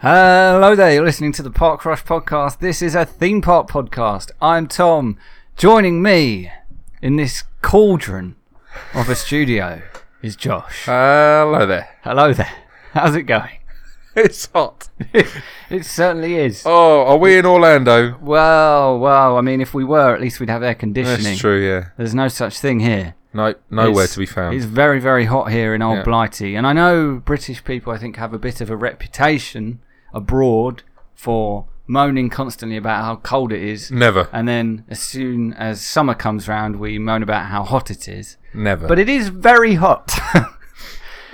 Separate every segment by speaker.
Speaker 1: Hello there, you're listening to the Park Rush podcast. This is a theme park podcast. I'm Tom. Joining me in this cauldron of a studio is Josh.
Speaker 2: Hello there.
Speaker 1: Hello there. How's it going?
Speaker 2: It's hot.
Speaker 1: It certainly is.
Speaker 2: Oh, are we in Orlando?
Speaker 1: Well, well, I mean, if we were, at least we'd have air conditioning.
Speaker 2: That's true, yeah.
Speaker 1: There's no such thing here.
Speaker 2: No, nowhere
Speaker 1: It's-
Speaker 2: to be
Speaker 1: It's
Speaker 2: found.
Speaker 1: very, very hot here in Old
Speaker 2: Yeah.
Speaker 1: Blighty. And I know British people, I think, have a bit of a reputation abroad for moaning constantly about how cold it is.
Speaker 2: Never.
Speaker 1: And then as soon as summer comes round, we moan about how hot it is.
Speaker 2: Never.
Speaker 1: But it is very hot.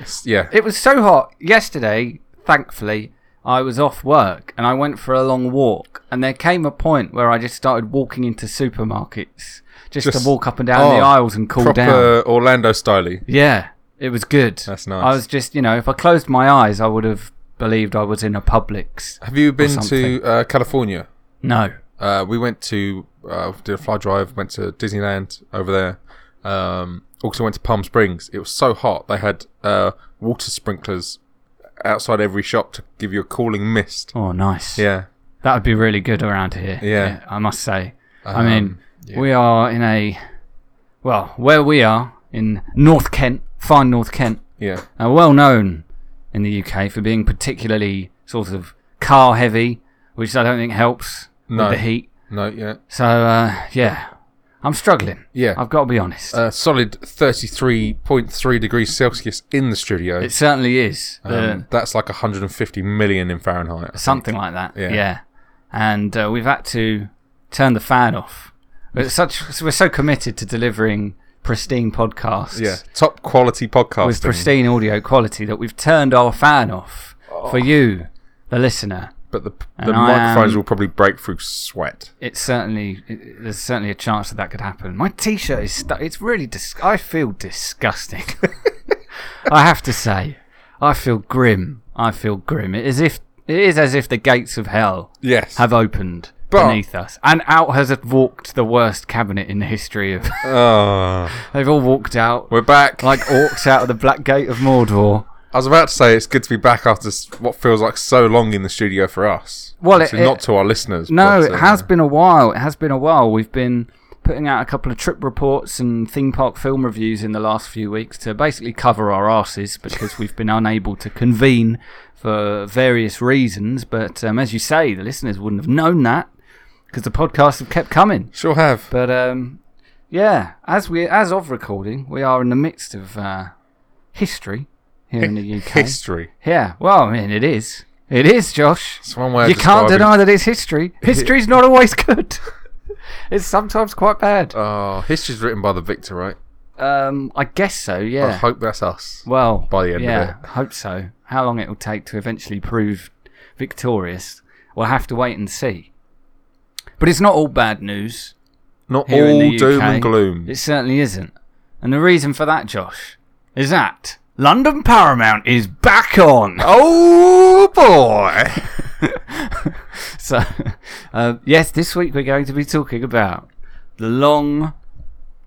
Speaker 2: It's- yeah.
Speaker 1: it was so hot yesterday, thankfully. I was off work and I went for a long walk, and there came a point where I just started walking into supermarkets just,
Speaker 2: Just-
Speaker 1: to walk up and down
Speaker 2: oh,
Speaker 1: the aisles and cool down.
Speaker 2: Proper Orlando styly.
Speaker 1: Yeah, it was good.
Speaker 2: That's nice.
Speaker 1: I was just, you know, if I closed my eyes, I would have believed I was in a Publix.
Speaker 2: Have you been
Speaker 1: something.
Speaker 2: to uh, California?
Speaker 1: No.
Speaker 2: Uh, we went to uh, did a fly drive. Went to Disneyland over there. Um, also went to Palm Springs. It was so hot. They had uh, water sprinklers outside every shop to give you a cooling mist.
Speaker 1: Oh, nice.
Speaker 2: Yeah.
Speaker 1: That would be really good around here.
Speaker 2: Yeah.
Speaker 1: I must say. I
Speaker 2: Um,
Speaker 1: mean,
Speaker 2: yeah.
Speaker 1: we are in a, well, where we are in North Kent, fine North Kent,
Speaker 2: Yeah.
Speaker 1: are well known in the UK for being particularly sort of car heavy, which I don't think helps
Speaker 2: No.
Speaker 1: with the heat.
Speaker 2: No. Yeah.
Speaker 1: So, uh, yeah, I'm struggling.
Speaker 2: Yeah. Uh,
Speaker 1: I've got to be honest.
Speaker 2: a solid 33.3 degrees Celsius in the studio.
Speaker 1: it certainly is. Uh, The-
Speaker 2: um, that's like 150 million in Fahrenheit. I think.
Speaker 1: something like that. Yeah.
Speaker 2: Yeah.
Speaker 1: And uh, we've had to turn the fan off. We're such we're so committed to delivering pristine podcasts
Speaker 2: Yeah, top quality podcast.
Speaker 1: with pristine audio quality that we've turned our fan off for you, the listener.
Speaker 2: but the, the
Speaker 1: and I um,
Speaker 2: microphones
Speaker 1: am-
Speaker 2: will probably break through sweat.
Speaker 1: It's certainly it- it- there's certainly a chance that that could happen. My t-shirt is stu- it's really dis- I feel disgusting. I have to say, I feel grim. I feel grim. It is if it is as if the gates of hell
Speaker 2: Yes.
Speaker 1: have opened
Speaker 2: But-
Speaker 1: beneath us, and out has walked the worst cabinet in the history of.
Speaker 2: Oh,
Speaker 1: They've all walked out
Speaker 2: we're back.
Speaker 1: like orcs out of the Black Gate of Mordor.
Speaker 2: I was about to say, it's good to be back after s- what feels like so long in the studio for us.
Speaker 1: Well, it-
Speaker 2: Obviously
Speaker 1: it-
Speaker 2: not to our listeners.
Speaker 1: No,
Speaker 2: but,
Speaker 1: it
Speaker 2: uh,
Speaker 1: has been a while. It has been a while. We've been putting out a couple of trip reports and theme park film reviews in the last few weeks to basically cover our asses because we've been unable to convene for various reasons. But um, as you say, the listeners wouldn't have known that because the podcasts have kept coming.
Speaker 2: Sure have.
Speaker 1: But um, yeah, as we as of recording, we are in the midst of uh, history here in the UK.
Speaker 2: History.
Speaker 1: yeah, well, I mean, it is. It is, Josh.
Speaker 2: It's one way. of
Speaker 1: You can't
Speaker 2: describing-
Speaker 1: deny that it's history. History's not always good. it's sometimes quite bad.
Speaker 2: Oh, history's written by the victor, right?
Speaker 1: Um, I guess so.
Speaker 2: I
Speaker 1: Yeah.
Speaker 2: hope that's us.
Speaker 1: well,
Speaker 2: by the end of
Speaker 1: yeah, I hope so. How long it will take to eventually prove victorious, we'll have to wait and see. But it's not all bad news.
Speaker 2: Not
Speaker 1: here in
Speaker 2: all
Speaker 1: the
Speaker 2: doom
Speaker 1: UK.
Speaker 2: and gloom.
Speaker 1: It certainly isn't. And the reason for that, Josh, is that London Paramount is back on.
Speaker 2: Oh boy!
Speaker 1: So, uh, yes, this week we're going to be talking about the long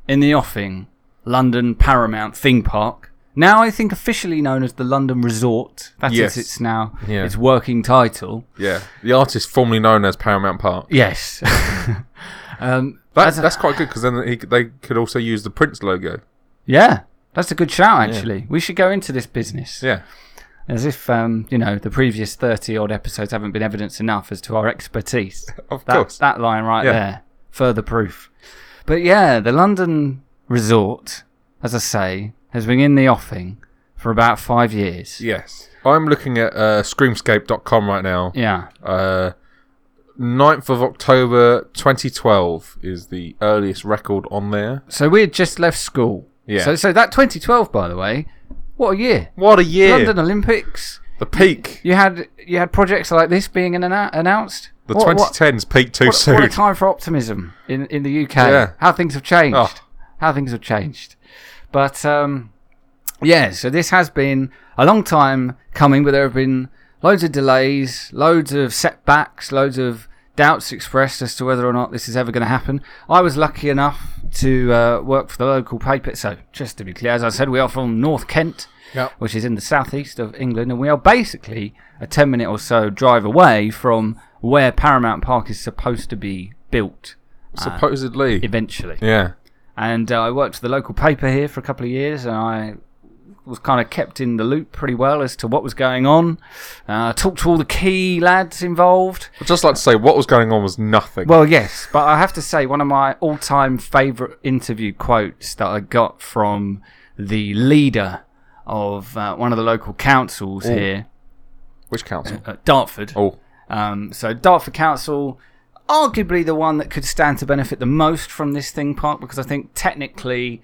Speaker 1: in the offing London Paramount theme park. Now, I think officially known as the London Resort. That is
Speaker 2: Yes.
Speaker 1: its now
Speaker 2: Yeah.
Speaker 1: its working title.
Speaker 2: Yeah, the artist formerly known as Paramount Park.
Speaker 1: Yes. um,
Speaker 2: That,
Speaker 1: That's
Speaker 2: that's,
Speaker 1: a-
Speaker 2: quite good because then he, they could also use the Prince logo.
Speaker 1: yeah, that's a good shout. Actually, we should go into this business.
Speaker 2: Yeah,
Speaker 1: As if, um, you know, the previous 30 odd episodes haven't been evidence enough as to our expertise.
Speaker 2: of
Speaker 1: That,
Speaker 2: course.
Speaker 1: that line right
Speaker 2: Yeah.
Speaker 1: there, further proof. But yeah, the London resort, as I say, has been in the offing for about five years.
Speaker 2: Yes, I'm looking at uh, Screamscape.com right now.
Speaker 1: Yeah.
Speaker 2: Uh, 9th of October 2012 is the earliest record on there.
Speaker 1: So we had just left school.
Speaker 2: Yeah.
Speaker 1: So, so that 2012, by the way, what a year.
Speaker 2: What a year!
Speaker 1: London Olympics.
Speaker 2: the peak.
Speaker 1: You had you had projects like this being an annou- announced.
Speaker 2: The
Speaker 1: What- what-
Speaker 2: 2010s peaked too
Speaker 1: what,
Speaker 2: soon.
Speaker 1: what a time for optimism in, in the UK.
Speaker 2: Yeah.
Speaker 1: How things have changed.
Speaker 2: Oh.
Speaker 1: How things have changed. But um, yeah, so this has been a long time coming, but there have been loads of delays, loads of setbacks, loads of doubts expressed as to whether or not this is ever going to happen. I was lucky enough to uh, work for the local paper. So just to be clear, as I said, we are from North Kent.
Speaker 2: Yep.
Speaker 1: which is in the southeast of England, and we are basically a ten minute or so drive away from where Paramount Park is supposed to be built
Speaker 2: Supposedly.
Speaker 1: eventually.
Speaker 2: yeah.
Speaker 1: And uh, I worked for the local paper here for a couple of years, and I was kind of kept in the loop pretty well as to what was going on. Uh, talked to all the key lads involved.
Speaker 2: I'd just like to say what was going on was nothing.
Speaker 1: Well, yes, but I have to say one of my all-time favourite interview quotes that I got from the leader of uh, one of the local councils here
Speaker 2: Which council?
Speaker 1: at Dartford.
Speaker 2: Oh,
Speaker 1: Um, so Dartford Council, arguably the one that could stand to benefit the most from this thing park, because I think technically,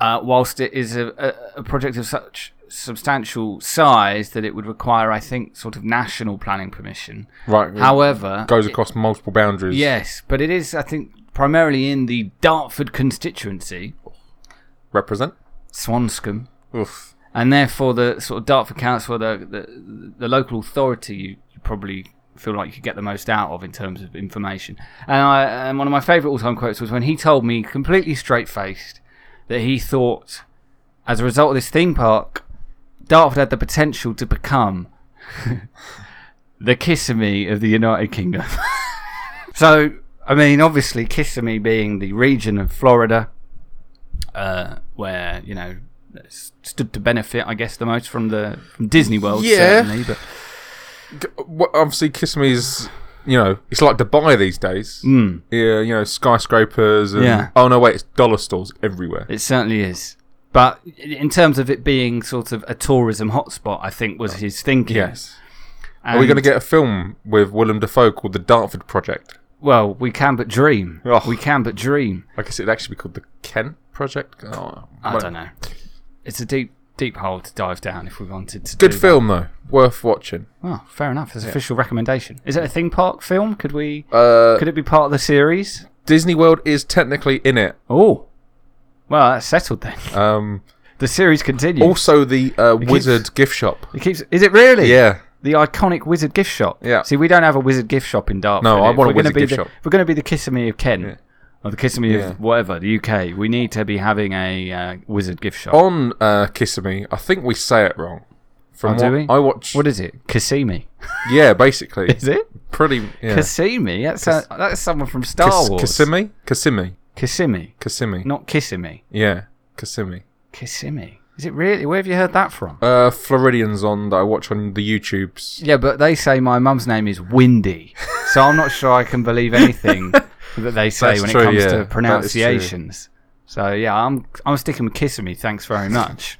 Speaker 1: uh, whilst it is a, a, a project of such substantial size that it would require, I think, sort of national planning permission.
Speaker 2: right.
Speaker 1: However,
Speaker 2: goes across multiple boundaries.
Speaker 1: yes, but it is, I think, primarily in the Dartford constituency,
Speaker 2: Represent.
Speaker 1: Swanscombe.
Speaker 2: Oof.
Speaker 1: and therefore the sort of Dartford Council, the the, the local authority, you, you probably feel like you get the most out of in terms of information. And, I, and one of my favourite all-time quotes was when he told me, completely straight-faced, that he thought, as a result of this theme park, Dartford had the potential to become the Kissimmee of the United Kingdom. so, I mean, obviously, Kissimmee being the region of Florida uh, where you know s- stood to benefit, I guess, the most from the from Disney World.
Speaker 2: Yeah.
Speaker 1: certainly, but
Speaker 2: G- well, obviously, Kisme's. You know, it's like Dubai these days.
Speaker 1: Mm.
Speaker 2: Yeah, you know, skyscrapers and
Speaker 1: Yeah.
Speaker 2: oh no, wait, it's dollar stores everywhere.
Speaker 1: it certainly is. But i- in terms of it being sort of a tourism hotspot, I think was his thinking.
Speaker 2: Yes. Are we
Speaker 1: And-
Speaker 2: going to get a film with Willem Dafoe called The Dartford Project?
Speaker 1: Well, we can but dream.
Speaker 2: Ugh.
Speaker 1: We can but dream.
Speaker 2: I guess it'd actually be called The Kent Project. Oh,
Speaker 1: I
Speaker 2: well,
Speaker 1: don't know. It's a deep, deep hole to dive down if we wanted to.
Speaker 2: Good
Speaker 1: do
Speaker 2: film though, worth watching.
Speaker 1: That. Oh, fair enough. That's official recommendation. Is it a theme park film? Could we?
Speaker 2: Uh,
Speaker 1: could it be part of the series?
Speaker 2: Disney World is technically in it.
Speaker 1: Oh, well, that's settled then.
Speaker 2: Um,
Speaker 1: The series continues.
Speaker 2: also, the uh, Wizard gift shop.
Speaker 1: It keeps. Is it really?
Speaker 2: Yeah,
Speaker 1: The iconic wizard gift shop.
Speaker 2: Yeah.
Speaker 1: See, we don't have a wizard gift shop in Dartford.
Speaker 2: No, I
Speaker 1: If
Speaker 2: want a
Speaker 1: we're gonna
Speaker 2: wizard
Speaker 1: be
Speaker 2: gift
Speaker 1: the-
Speaker 2: shop.
Speaker 1: If we're going to be the Kissimmee of Kent or the Kissimmee
Speaker 2: Yeah.
Speaker 1: of whatever the UK, we need to be having a uh, wizard gift shop.
Speaker 2: on uh, Kissimmee, I think we say it wrong. From
Speaker 1: Oh, do
Speaker 2: what
Speaker 1: we?
Speaker 2: I watch,
Speaker 1: What is it? Kissimmee.
Speaker 2: yeah, basically,
Speaker 1: Is it
Speaker 2: pretty. Yeah.
Speaker 1: Kissimmee? That's a, that's someone from Star
Speaker 2: Kiss-
Speaker 1: Wars.
Speaker 2: Kissimmee, Kissimmee,
Speaker 1: Kissimmee,
Speaker 2: Kissimmee.
Speaker 1: not Kissimmee.
Speaker 2: Yeah, Kissimmee.
Speaker 1: Kissimmee. Is it really? Where have you heard that from?
Speaker 2: Uh, Floridians on that I watch on the YouTubes.
Speaker 1: Yeah, but they say my mum's name is Windy, so I'm not sure I can believe anything that they say
Speaker 2: That's
Speaker 1: when
Speaker 2: true,
Speaker 1: it comes
Speaker 2: yeah. That
Speaker 1: to
Speaker 2: is true.
Speaker 1: pronunciations. So yeah, I'm I'm sticking with kissing me. Thanks very much.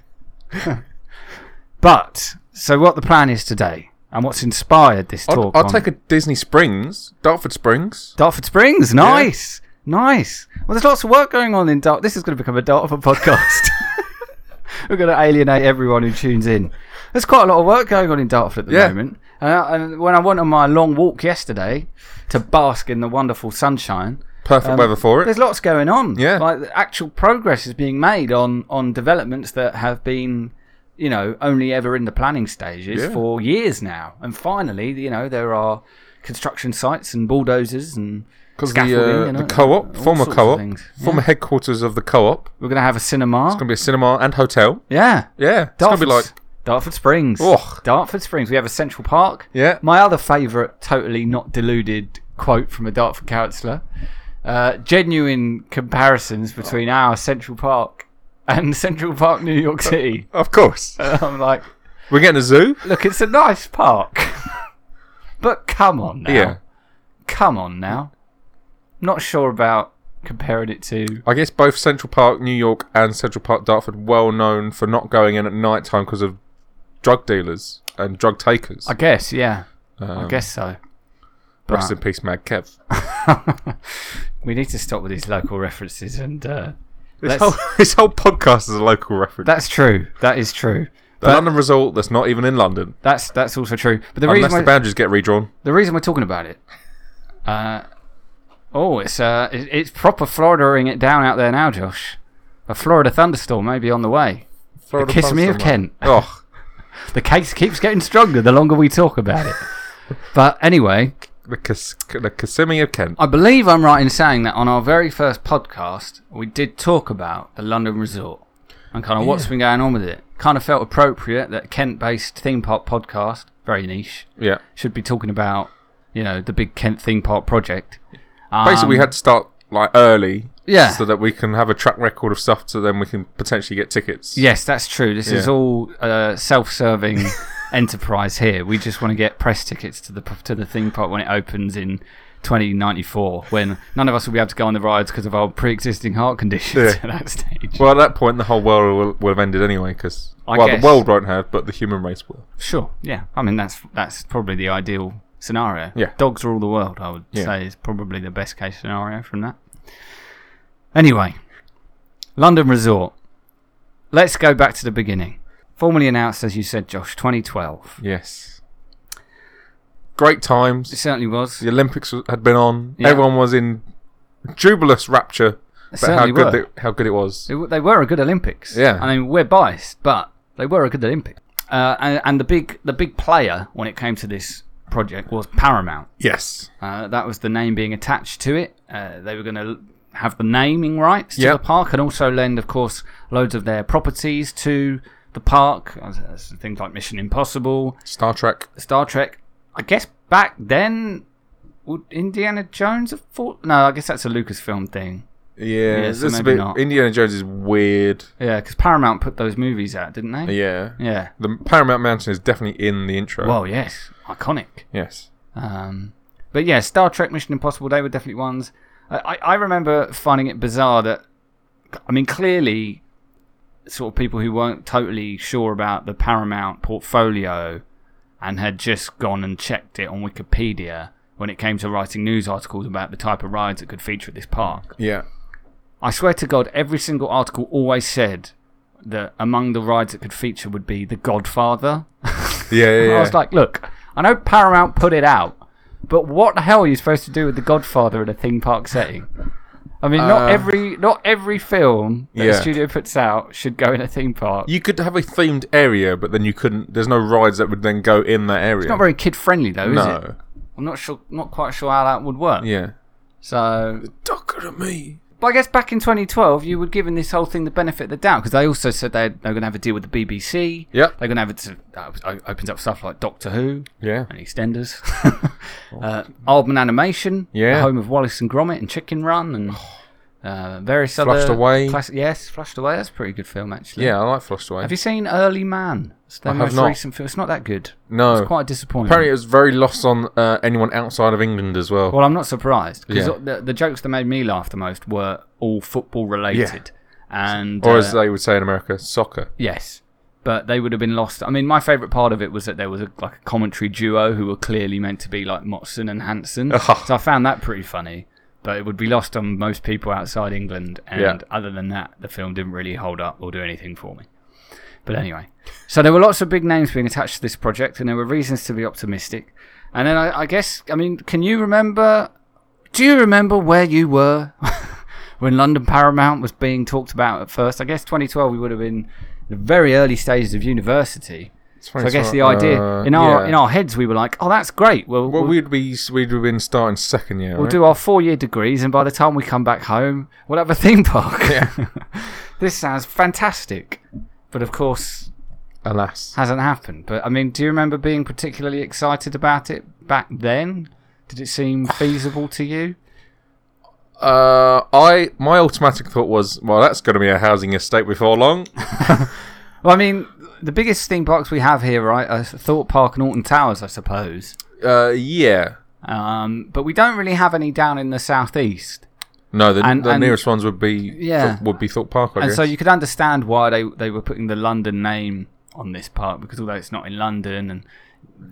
Speaker 1: but so what the plan is today, and what's inspired this
Speaker 2: I'll,
Speaker 1: talk?
Speaker 2: I'll
Speaker 1: on-
Speaker 2: take a Disney Springs, Dartford Springs.
Speaker 1: Dartford Springs. Nice, nice. Well, there's lots of work going on in Dart. This is going to become a Dartford podcast. We're going to alienate everyone who tunes in. There's quite a lot of work going on in Dartford at the
Speaker 2: Yeah.
Speaker 1: moment. And, I, and when I went on my long walk yesterday to bask in the wonderful sunshine,
Speaker 2: Perfect weather for it.
Speaker 1: Um, there's lots going on.
Speaker 2: Yeah.
Speaker 1: like the actual progress is being made on on developments that have been. You know, only ever in the planning stages
Speaker 2: Yeah.
Speaker 1: for years now, and finally, you know, there are construction sites and bulldozers and
Speaker 2: Because the,
Speaker 1: scaffolding
Speaker 2: uh,
Speaker 1: and
Speaker 2: the
Speaker 1: all- all
Speaker 2: co-op, former
Speaker 1: sorts of
Speaker 2: co-op,
Speaker 1: things.
Speaker 2: former headquarters of the co-op,
Speaker 1: We're gonna have a cinema.
Speaker 2: gonna be a cinema and hotel.
Speaker 1: yeah,
Speaker 2: Yeah, it's gonna be like
Speaker 1: Dartford's- Dartford Springs.
Speaker 2: Ugh.
Speaker 1: Dartford Springs. We have a Central Park.
Speaker 2: yeah,
Speaker 1: My other favourite, totally not deluded quote from a Dartford councillor. Uh, genuine comparisons between our Central Park and Central Park, New York City.
Speaker 2: of course.
Speaker 1: I'm like,
Speaker 2: We're getting a zoo.
Speaker 1: look, it's a nice park, but come on now,
Speaker 2: Yeah,
Speaker 1: come on now. Not sure about comparing it to.
Speaker 2: I guess both Central Park, New York, and Central Park, Dartford, well known for not going in at night time because of drug dealers and drug takers.
Speaker 1: I guess, yeah,
Speaker 2: Um,
Speaker 1: I guess so.
Speaker 2: Rest in peace, Mad Kev.
Speaker 1: we need to stop with these local references and uh,
Speaker 2: This
Speaker 1: let's-
Speaker 2: whole, this whole podcast is a local reference.
Speaker 1: that's true. That is true.
Speaker 2: the London result that's not even in London,
Speaker 1: That's that's also true. But the
Speaker 2: unless
Speaker 1: reason
Speaker 2: the
Speaker 1: we're,
Speaker 2: boundaries get redrawn.
Speaker 1: the reason we're talking about it, uh, oh, it's uh, it, it's proper Floridering it down out there now, Josh. A Florida thunderstorm may be on the way.
Speaker 2: Florida
Speaker 1: kiss me of
Speaker 2: Post Online.
Speaker 1: Kent.
Speaker 2: Oh,
Speaker 1: The case keeps getting stronger the longer we talk about it. But anyway,
Speaker 2: the, Kiss, the Kissimmee of Kent.
Speaker 1: I believe I'm right in saying that on our very first podcast, we did talk about the London Resort and kind of what's been going on with it. kind of felt appropriate that Kent based theme park podcast, very niche,
Speaker 2: Yeah.
Speaker 1: should be talking about, you know, the big Kent theme park project. Um,
Speaker 2: Basically, we had to start like early.
Speaker 1: Yeah.
Speaker 2: So that we can have a track record of stuff, so then we can potentially get tickets.
Speaker 1: Yes, that's true. This is
Speaker 2: Yeah.
Speaker 1: all uh, self-serving enterprise here. We just want to get press tickets to the to the theme park when it opens in 2094, when none of us will be able to go on the rides because of our pre-existing heart conditions
Speaker 2: Yeah.
Speaker 1: at that stage.
Speaker 2: Well, at that point, the whole world will, will have ended anyway, because
Speaker 1: I
Speaker 2: well,
Speaker 1: guess.
Speaker 2: the world won't have, but the human race will.
Speaker 1: sure, yeah. I mean, that's that's probably the ideal scenario.
Speaker 2: Yeah.
Speaker 1: dogs rule the world. I would
Speaker 2: Yeah.
Speaker 1: say is probably the best case scenario from that. Anyway, London Resort. Let's go back to the beginning. Formally announced, as you said, Josh, 2012.
Speaker 2: Yes. Great times.
Speaker 1: It certainly was.
Speaker 2: The Olympics w- had been on.
Speaker 1: Yeah.
Speaker 2: Everyone was in jubilous rapture
Speaker 1: It
Speaker 2: about how
Speaker 1: certainly
Speaker 2: good
Speaker 1: were.
Speaker 2: it, how good it was.
Speaker 1: They, were- they were a good Olympics.
Speaker 2: Yeah.
Speaker 1: I mean, we're biased, but they were a good Olympic. Uh, and, and the big the big player when it came to this project was Paramount.
Speaker 2: Yes.
Speaker 1: Uh, that was the name being attached to it. Uh, they were going to have the naming rights to
Speaker 2: Yep.
Speaker 1: the park and also lend, of course, loads of their properties to the park, as- as things like Mission Impossible,
Speaker 2: Star Trek.
Speaker 1: Star Trek. I guess back then, would Indiana Jones have fought? No, I guess that's a Lucasfilm thing.
Speaker 2: Yeah,
Speaker 1: so
Speaker 2: this is a
Speaker 1: maybe
Speaker 2: bit.
Speaker 1: not.
Speaker 2: Indiana Jones is weird.
Speaker 1: Yeah, because Paramount put those movies out, didn't they?
Speaker 2: Yeah.
Speaker 1: Yeah.
Speaker 2: The Paramount Mountain is definitely in the intro.
Speaker 1: Well, yes, iconic.
Speaker 2: yes.
Speaker 1: Um, but yeah, Star Trek, Mission Impossible, they were definitely ones. I, I I remember finding it bizarre that, I mean, clearly, sort of people who weren't totally sure about the Paramount portfolio and had just gone and checked it on Wikipedia when it came to writing news articles about the type of rides that could feature at this park.
Speaker 2: Yeah.
Speaker 1: I swear to God, every single article always said that among the rides that could feature would be The Godfather.
Speaker 2: Yeah. Yeah.
Speaker 1: I was like, look, I know Paramount put it out, but what the hell are you supposed to do with The Godfather in a theme park setting? I mean, not
Speaker 2: Uh,
Speaker 1: every not every film that
Speaker 2: Yeah.
Speaker 1: a studio puts out should go in a theme park.
Speaker 2: you could have a themed area, but then you couldn't. There's no rides that would then go in that area.
Speaker 1: It's not very kid friendly though, is it?
Speaker 2: no.
Speaker 1: I'm not sure, not quite sure how that would work.
Speaker 2: Yeah.
Speaker 1: So,
Speaker 2: Docker at me.
Speaker 1: but I guess back in 2012, you were given this whole thing the benefit of the doubt because they also said they they're going to have a deal with the BBC.
Speaker 2: Yep.
Speaker 1: They're going to have it to uh, opens up stuff like Doctor Who.
Speaker 2: Yeah.
Speaker 1: and Extenders. uh, Aardman Animation, the
Speaker 2: Yeah. Oh.
Speaker 1: home of Wallace and Gromit and Chicken Run and uh, various other.
Speaker 2: Flushed Away.
Speaker 1: Classic, yes, Flushed Away. That's a pretty good film, actually.
Speaker 2: Yeah. I like Flushed Away.
Speaker 1: Have you seen Early Man? It's their
Speaker 2: I have
Speaker 1: most
Speaker 2: not.
Speaker 1: recent film. It's not that good.
Speaker 2: no.
Speaker 1: It's quite disappointing.
Speaker 2: Apparently, it was very lost on uh, anyone outside of England as well.
Speaker 1: well, I'm not surprised because
Speaker 2: Yeah.
Speaker 1: the, the jokes that made me laugh the most were all football related. And
Speaker 2: or
Speaker 1: uh,
Speaker 2: as they would say in America, soccer.
Speaker 1: Yes, but they would have been lost. I mean, my favourite part of it was that there was a, like a commentary duo who were clearly meant to be like Motson and Hanson.
Speaker 2: Oh.
Speaker 1: So I found that pretty funny. But it would be lost on most people outside England. And
Speaker 2: Yeah.
Speaker 1: other than that, the film didn't really hold up or do anything for me. But anyway, so there were lots of big names being attached to this project, and there were reasons to be optimistic. And then I, I guess, I mean, can you remember? Do you remember where you were when London Paramount was being talked about at first? I guess 2012 we would have been in the very early stages of university. So I guess the idea in our in our heads we were like, oh, that's great. Well,
Speaker 2: Uh, well,
Speaker 1: we'll,
Speaker 2: we'd be we'd have been starting second year.
Speaker 1: we'll
Speaker 2: right?
Speaker 1: do our four year degrees, and by the time we come back home, we'll have a theme park. this sounds fantastic, but of course
Speaker 2: Alas,
Speaker 1: hasn't happened. But I mean, do you remember being particularly excited about it back then? Did it seem feasible to you?
Speaker 2: uh, I my automatic thought was, well, that's going to be a housing estate before long.
Speaker 1: Well, I mean, the biggest theme parks we have here, right, are Thorpe Park and Alton Towers, I suppose.
Speaker 2: uh, yeah,
Speaker 1: Um, but we don't really have any down in the southeast.
Speaker 2: no, the,
Speaker 1: And-
Speaker 2: the
Speaker 1: and-
Speaker 2: nearest ones would be
Speaker 1: Yeah.
Speaker 2: Thor- would be Thorpe Park. I
Speaker 1: And
Speaker 2: guess.
Speaker 1: so you could understand why they they were putting the London name on this park because although it's not in London and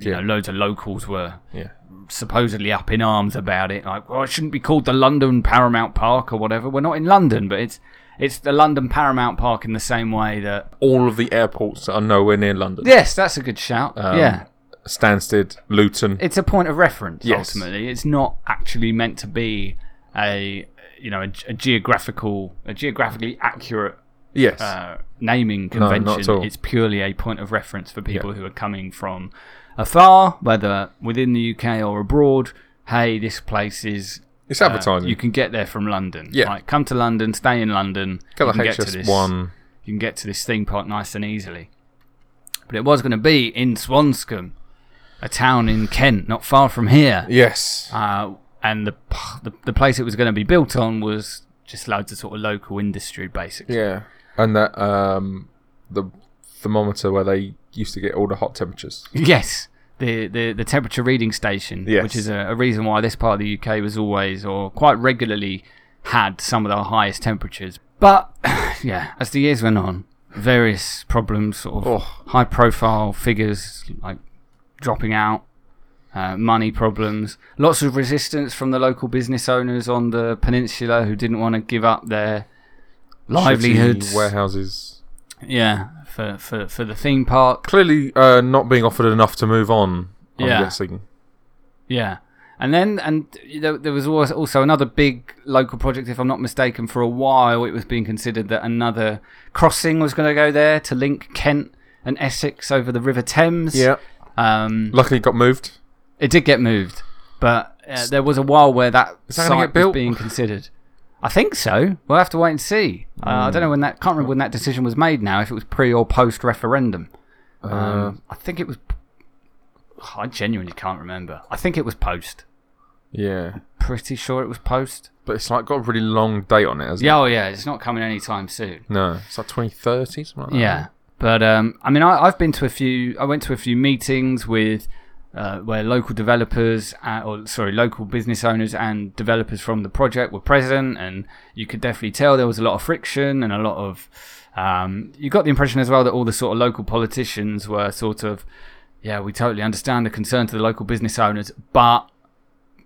Speaker 1: you
Speaker 2: Yeah.
Speaker 1: know loads of locals were
Speaker 2: yeah,
Speaker 1: supposedly up in arms about it like well it shouldn't be called the London Paramount Park or whatever we're not in London but it's it's the London Paramount Park in the same way that
Speaker 2: all of the airports are nowhere near London.
Speaker 1: yes that's a good shout
Speaker 2: Um,
Speaker 1: yeah
Speaker 2: Stansted, Luton.
Speaker 1: it's a point of reference
Speaker 2: Yes.
Speaker 1: ultimately it's not actually meant to be a you know a, ge- a geographical a geographically accurate
Speaker 2: yes,
Speaker 1: uh, naming
Speaker 2: No, not
Speaker 1: convention.
Speaker 2: at all.
Speaker 1: It's purely a point of reference for people who are coming from afar, whether within the UK or abroad. Hey, this place is.
Speaker 2: it's
Speaker 1: uh,
Speaker 2: advertising.
Speaker 1: you can get there from London.
Speaker 2: Yeah.
Speaker 1: Like, come to London, stay in London.
Speaker 2: Got
Speaker 1: you
Speaker 2: the
Speaker 1: can get to this.
Speaker 2: HS1.
Speaker 1: You can get to this theme park nice and easily. but it was going to be in Swanscombe, a town in Kent, not far from here.
Speaker 2: Yes.
Speaker 1: Uh, and the, the the place it was going to be built on was just loads of sort of local industry, basically.
Speaker 2: Yeah. And that um the thermometer where they used to get all the hot temperatures.
Speaker 1: Yes, the the, the temperature reading station,
Speaker 2: Yes.
Speaker 1: which is a, a reason why this part of the UK was always or quite regularly had some of the highest temperatures. But yeah, as the years went on, various problems, sort of
Speaker 2: Oh.
Speaker 1: high profile figures like dropping out. Uh, money problems, lots of resistance from the local business owners on the peninsula who didn't want to give up their livelihoods.
Speaker 2: Shitty warehouses.
Speaker 1: Yeah, for, for, for the theme park.
Speaker 2: Clearly uh, not being offered enough to move on, I'm
Speaker 1: Yeah.
Speaker 2: guessing.
Speaker 1: Yeah. And then, and there, there was al- also another big local project, if I'm not mistaken, for a while it was being considered that another crossing was going to go there to link Kent and Essex over the River Thames. Um,
Speaker 2: Luckily it got moved.
Speaker 1: it did get moved, but uh, there was a while where that
Speaker 2: Is
Speaker 1: site
Speaker 2: that gonna get built?
Speaker 1: was being considered. I think so. We'll have to wait and see. Uh, I
Speaker 2: Hmm.
Speaker 1: don't know when that, can't remember when that decision was made now, if it was pre or post referendum. Um,
Speaker 2: Uh,
Speaker 1: I think it was, I genuinely can't remember. I think it was post
Speaker 2: yeah.
Speaker 1: pretty sure it was post.
Speaker 2: But it's like got a really long date on it, hasn't
Speaker 1: Yeah, oh yeah, it's not coming anytime soon.
Speaker 2: it? No. It's like 2030, something like that.
Speaker 1: Yeah, but um, I mean, I, I've been to a few. I went to a few meetings with uh, where local developers, uh, or sorry, local business owners and developers from the project were present, and you could definitely tell there was a lot of friction and a lot of. Um, you got the impression as well that all the sort of local politicians were sort of, yeah, we totally understand the concern to the local business owners, but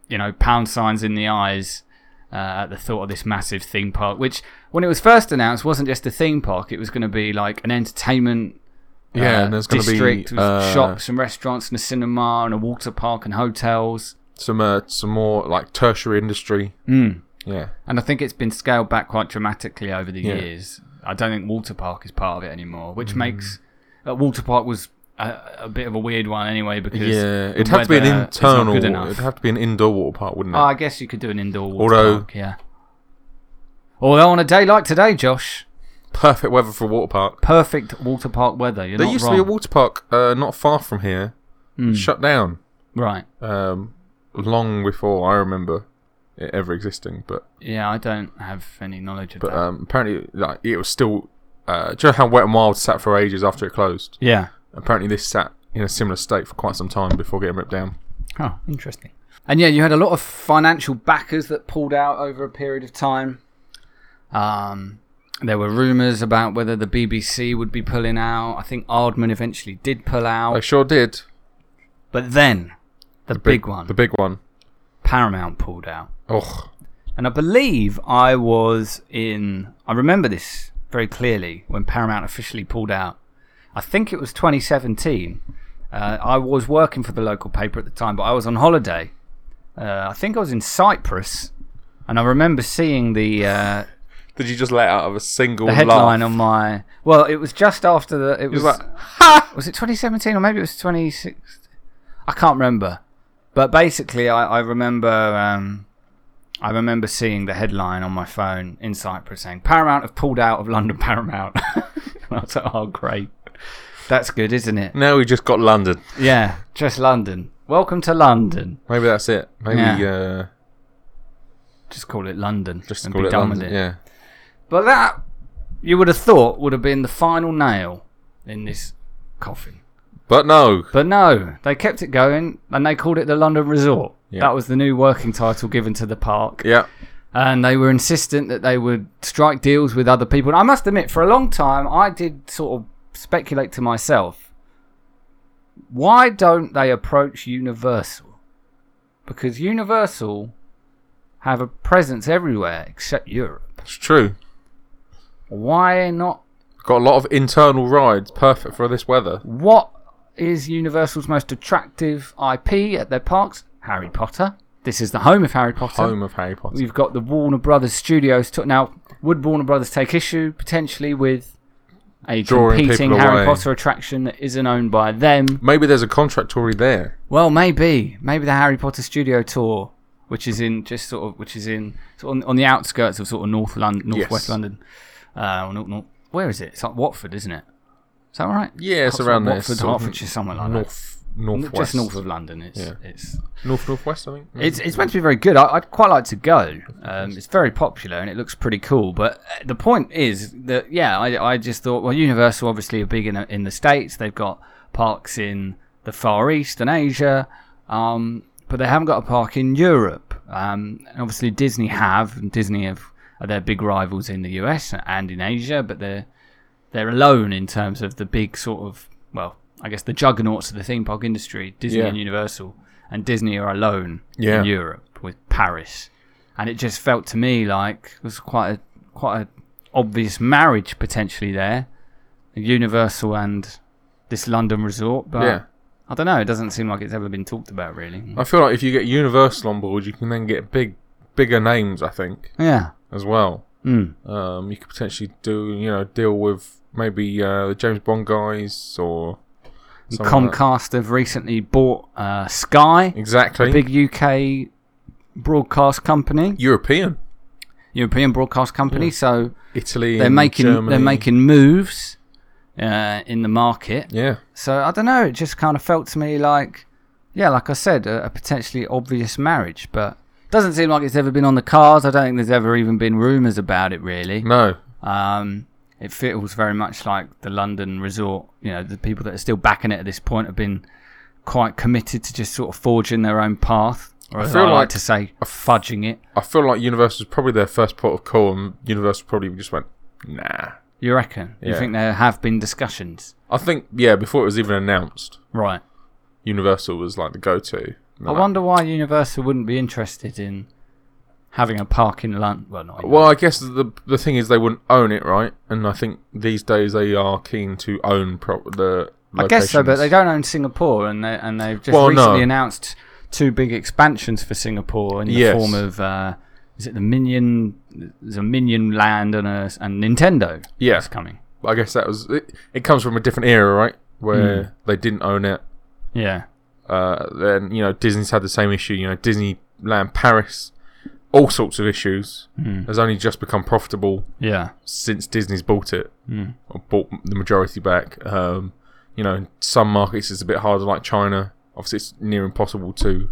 Speaker 1: you know, pound signs in the eyes uh, at the thought of this massive theme park, which when it was first announced wasn't just a theme park; it was going to be like an entertainment
Speaker 2: Yeah,
Speaker 1: uh,
Speaker 2: and there's going to be
Speaker 1: district with
Speaker 2: uh,
Speaker 1: shops and restaurants and a cinema and a water park and hotels.
Speaker 2: some uh, some more like tertiary industry.
Speaker 1: Mm.
Speaker 2: Yeah.
Speaker 1: And I think it's been scaled back quite dramatically over the
Speaker 2: Yeah. Hmm.
Speaker 1: years. I don't think water park is part of it anymore, which makes uh, water park was a, a bit of a weird one anyway because the
Speaker 2: Yeah, it'd have to be an
Speaker 1: weather is not
Speaker 2: internal.
Speaker 1: good enough.
Speaker 2: It'd have to be an indoor water park, wouldn't it?
Speaker 1: Oh, I guess you could do an indoor water
Speaker 2: Although-
Speaker 1: park, yeah. Although on a day like today, Josh,
Speaker 2: Perfect weather for a water park.
Speaker 1: perfect water park weather. You're
Speaker 2: There
Speaker 1: not
Speaker 2: used
Speaker 1: wrong.
Speaker 2: to be a water park uh, not far from here,
Speaker 1: Mm,
Speaker 2: shut down
Speaker 1: right?
Speaker 2: um, long before I remember it ever existing. But
Speaker 1: Yeah, I don't have any knowledge of
Speaker 2: but
Speaker 1: that.
Speaker 2: um, apparently, like it was still. Uh, do you know how Wet and Wild sat for ages after it closed?
Speaker 1: yeah.
Speaker 2: Apparently, this sat in a similar state for quite some time before getting ripped down.
Speaker 1: Oh, interesting. And yeah, you had a lot of financial backers that pulled out over a period of time. Um, there were rumours about whether the BBC would be pulling out. I think Aardman eventually did pull out.
Speaker 2: I sure did.
Speaker 1: But then, the, big, one,
Speaker 2: The big one.
Speaker 1: Paramount pulled out.
Speaker 2: Oh,
Speaker 1: And I believe I was in. I remember this very clearly when Paramount officially pulled out. I think it was 2017. Uh, I was working for the local paper at the time, but I was on holiday. Uh, I think I was in Cyprus, and I remember seeing the uh,
Speaker 2: did you just let out of a single
Speaker 1: the headline on my. Well, it was just after the. It
Speaker 2: It was
Speaker 1: was.
Speaker 2: like,
Speaker 1: was it 2017 or maybe it was 26? I can't remember. But basically, I, I remember um, I remember seeing the headline on my phone in Cyprus saying Paramount have pulled out of London Paramount. and I was like, oh great, that's good, isn't it?
Speaker 2: now we just got London.
Speaker 1: Yeah, just London. Welcome to London.
Speaker 2: Maybe that's it. Maybe
Speaker 1: Yeah.
Speaker 2: uh,
Speaker 1: Just call it London.
Speaker 2: just
Speaker 1: and
Speaker 2: call
Speaker 1: be
Speaker 2: it
Speaker 1: done
Speaker 2: London.
Speaker 1: with it.
Speaker 2: Yeah.
Speaker 1: But that you would have thought would have been the final nail in this coffin.
Speaker 2: But no,
Speaker 1: But no, they kept it going and they called it the London Resort.
Speaker 2: Yeah.
Speaker 1: That was the new working title given to the park.
Speaker 2: yeah,
Speaker 1: And they were insistent that they would strike deals with other people. And I must admit, for a long time, I did sort of speculate to myself why don't they approach Universal? Because Universal have a presence everywhere except Europe.
Speaker 2: it's true.
Speaker 1: Why not?
Speaker 2: Got a lot of internal rides, perfect for this weather.
Speaker 1: What is Universal's most attractive IP at their parks? Harry Potter. This is the home of Harry Potter.
Speaker 2: Home of Harry Potter.
Speaker 1: We've got the Warner Brothers studios. Took now, would Warner Brothers take issue potentially with a
Speaker 2: Drawing
Speaker 1: competing
Speaker 2: people
Speaker 1: Harry
Speaker 2: away.
Speaker 1: Potter attraction that isn't owned by them?
Speaker 2: Maybe there's a contract already there.
Speaker 1: Well, maybe, maybe the Harry Potter studio tour, which is in just sort of, which is in sort of on, on the outskirts of sort of North London, North
Speaker 2: Yes.
Speaker 1: West London. Uh, or not, not, where is it? It's like Watford, isn't it? Is that right?
Speaker 2: Yeah, it's
Speaker 1: Cotswold,
Speaker 2: around there.
Speaker 1: Watford,
Speaker 2: sort of
Speaker 1: Hertfordshire, somewhere like
Speaker 2: north,
Speaker 1: that.
Speaker 2: northwest,
Speaker 1: Just north of London. It's
Speaker 2: Yeah.
Speaker 1: it's
Speaker 2: north, northwest. I think. maybe?
Speaker 1: It's, it's meant to be very good. I, I'd quite like to go. Um, it's very popular and it looks pretty cool. But uh, the point is that yeah, I, I just thought well, Universal obviously are big in in the states. They've got parks in the Far East and Asia, um, but they haven't got a park in Europe. Um, and obviously Disney have, and Disney have are their big rivals in the US and in Asia, but they're they're alone in terms of the big sort of well, I guess the juggernauts of the theme park industry, Disney
Speaker 2: Yeah.
Speaker 1: and Universal, and Disney are alone
Speaker 2: Yeah.
Speaker 1: in Europe with Paris, and it just felt to me like it was quite a quite a obvious marriage potentially there, Universal and this London resort, but.
Speaker 2: yeah.
Speaker 1: I don't know. It doesn't seem like it's ever been talked about, really.
Speaker 2: I feel like if you get Universal on board, you can then get big, bigger names. I think
Speaker 1: Yeah.
Speaker 2: as well.
Speaker 1: Mm.
Speaker 2: Um, you could potentially do you know deal with maybe uh, the James Bond guys or someone like that.
Speaker 1: Comcast have recently bought uh, Sky,
Speaker 2: Exactly.
Speaker 1: a big UK broadcast company,
Speaker 2: European.
Speaker 1: European broadcast company. So
Speaker 2: Italy.
Speaker 1: they're
Speaker 2: and
Speaker 1: making
Speaker 2: Germany.
Speaker 1: they're making moves uh, in the market.
Speaker 2: Yeah.
Speaker 1: So I don't know. It just kind of felt to me like, yeah, like I said, a, a potentially obvious marriage, but doesn't seem like it's ever been on the cards. I don't think there's ever even been rumours about it really.
Speaker 2: No.
Speaker 1: Um, it feels very much like the London resort. You know, the people that are still backing it at this point have been quite committed to just sort of forging their own path, or as I
Speaker 2: feel
Speaker 1: like,
Speaker 2: like
Speaker 1: to say, fudging it.
Speaker 2: I feel like Universal's probably their first port of call, and Universal probably just went, nah.
Speaker 1: You reckon? You
Speaker 2: Yeah.
Speaker 1: think there have been discussions?
Speaker 2: I think, yeah, before it was even announced,
Speaker 1: Right.
Speaker 2: Universal was like the go to.
Speaker 1: I wonder why Universal wouldn't be interested in having a park in London. Well, not in
Speaker 2: Well, I guess the the thing is they wouldn't own it, right? And I think these days they are keen to own pro- the.
Speaker 1: I guess so, but they
Speaker 2: locations.
Speaker 1: don't own Singapore, and they, and they've just
Speaker 2: Well, no.
Speaker 1: recently announced two big expansions for Singapore in the
Speaker 2: Yes.
Speaker 1: form of uh, is it the Minion? There's a Minion Land and a and Nintendo.
Speaker 2: Yeah.
Speaker 1: is coming.
Speaker 2: I guess that was it. It comes from a different era, right? Where they didn't own it.
Speaker 1: Yeah,
Speaker 2: Uh, then you know Disney's had the same issue. You know Disneyland Paris, all sorts of issues.
Speaker 1: Mm.
Speaker 2: Has only just become profitable
Speaker 1: yeah,
Speaker 2: since Disney's bought it.
Speaker 1: mm.
Speaker 2: or bought the majority back. Um, you know, in some markets it's a bit harder, like China. Obviously, it's near impossible to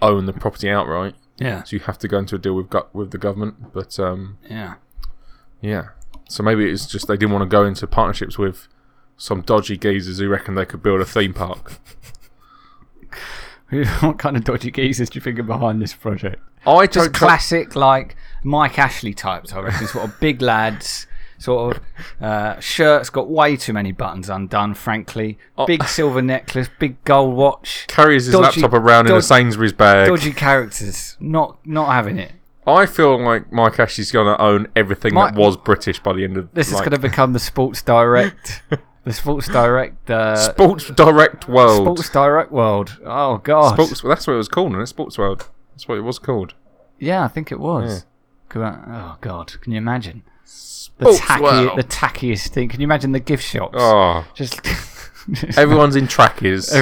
Speaker 2: own the property outright,
Speaker 1: yeah,
Speaker 2: so you have to go into a deal with go- with the government. But um,
Speaker 1: yeah.
Speaker 2: yeah, so maybe it's just they didn't want to go into partnerships with some dodgy geezers who reckon they could build a theme park.
Speaker 1: what kind of dodgy geezers do you think are behind this project?
Speaker 2: I just
Speaker 1: Just classic, like Mike Ashley types, I reckon. sort of big lads, sort of uh, shirts got way too many buttons undone. Frankly,
Speaker 2: Oh.
Speaker 1: big silver necklace, big gold watch.
Speaker 2: carries his
Speaker 1: dodgy-
Speaker 2: laptop around in a
Speaker 1: dodgy-
Speaker 2: Sainsbury's bag.
Speaker 1: dodgy characters. Not not having it.
Speaker 2: I feel like Mike Ashley's going to own everything
Speaker 1: Mike-
Speaker 2: that was British by the end of
Speaker 1: This is
Speaker 2: like,
Speaker 1: going to become the Sports Direct, the Sports Direct, uh,
Speaker 2: Sports Direct World.
Speaker 1: Sports Direct world. Oh god.
Speaker 2: Sports. That's what it was called, and it's Sports World. That's what it was called.
Speaker 1: Yeah, I think it was. Go out- Oh god, can you imagine the
Speaker 2: Sports
Speaker 1: tacky,
Speaker 2: World.
Speaker 1: the tackiest thing? Can you imagine the gift shops?
Speaker 2: Oh,
Speaker 1: Just.
Speaker 2: everyone's in trackies.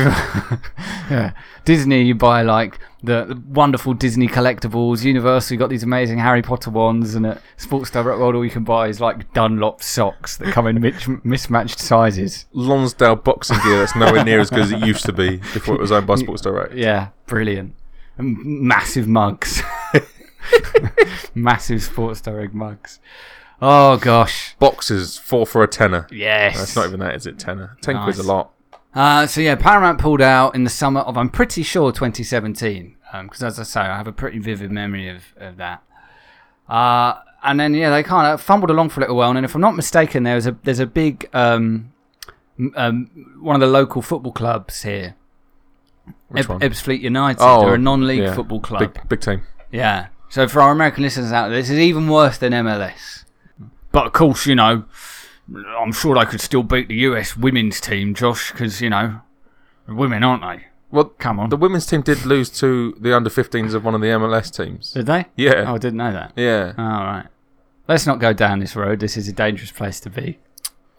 Speaker 1: yeah. Disney, you buy like the wonderful Disney collectibles. Universal, you got these amazing Harry Potter ones, and at Sports Direct World, all you can buy is like Dunlop socks that come in mis- mismatched sizes.
Speaker 2: Lonsdale boxing gear that's nowhere near as good as it used to be before it was owned by Sports Direct.
Speaker 1: Yeah, brilliant. And massive mugs. massive sports direct mugs. Oh gosh.
Speaker 2: Boxes four for a tenner.
Speaker 1: Yes.
Speaker 2: That's not even that, is it? Tenner. Ten
Speaker 1: Nice.
Speaker 2: quid's a lot.
Speaker 1: Uh, so yeah, Paramount pulled out in the summer of, I'm pretty sure, 2017. Because as I say, I have a pretty vivid memory of, of that. Uh, and then yeah, they kind of fumbled along for a little while. And then if I'm not mistaken, there was a there's a big um, m- um, one of the local football clubs here,
Speaker 2: Which
Speaker 1: Eb-
Speaker 2: one?
Speaker 1: Ebbsfleet United.
Speaker 2: Oh,
Speaker 1: They're a non-league
Speaker 2: yeah.
Speaker 1: football club.
Speaker 2: Big, big team.
Speaker 1: Yeah. So for our American listeners out there, this is even worse than MLS. But of course, you know, I'm sure they could still beat the US women's team, Josh, because you know, they're women aren't they?
Speaker 2: Well,
Speaker 1: Come on.
Speaker 2: the women's team did lose to the under 15s of one of the MLS teams.
Speaker 1: Did they?
Speaker 2: Yeah.
Speaker 1: Oh, I didn't know that.
Speaker 2: Yeah.
Speaker 1: All right. Let's not go down this road. This is a dangerous place to be.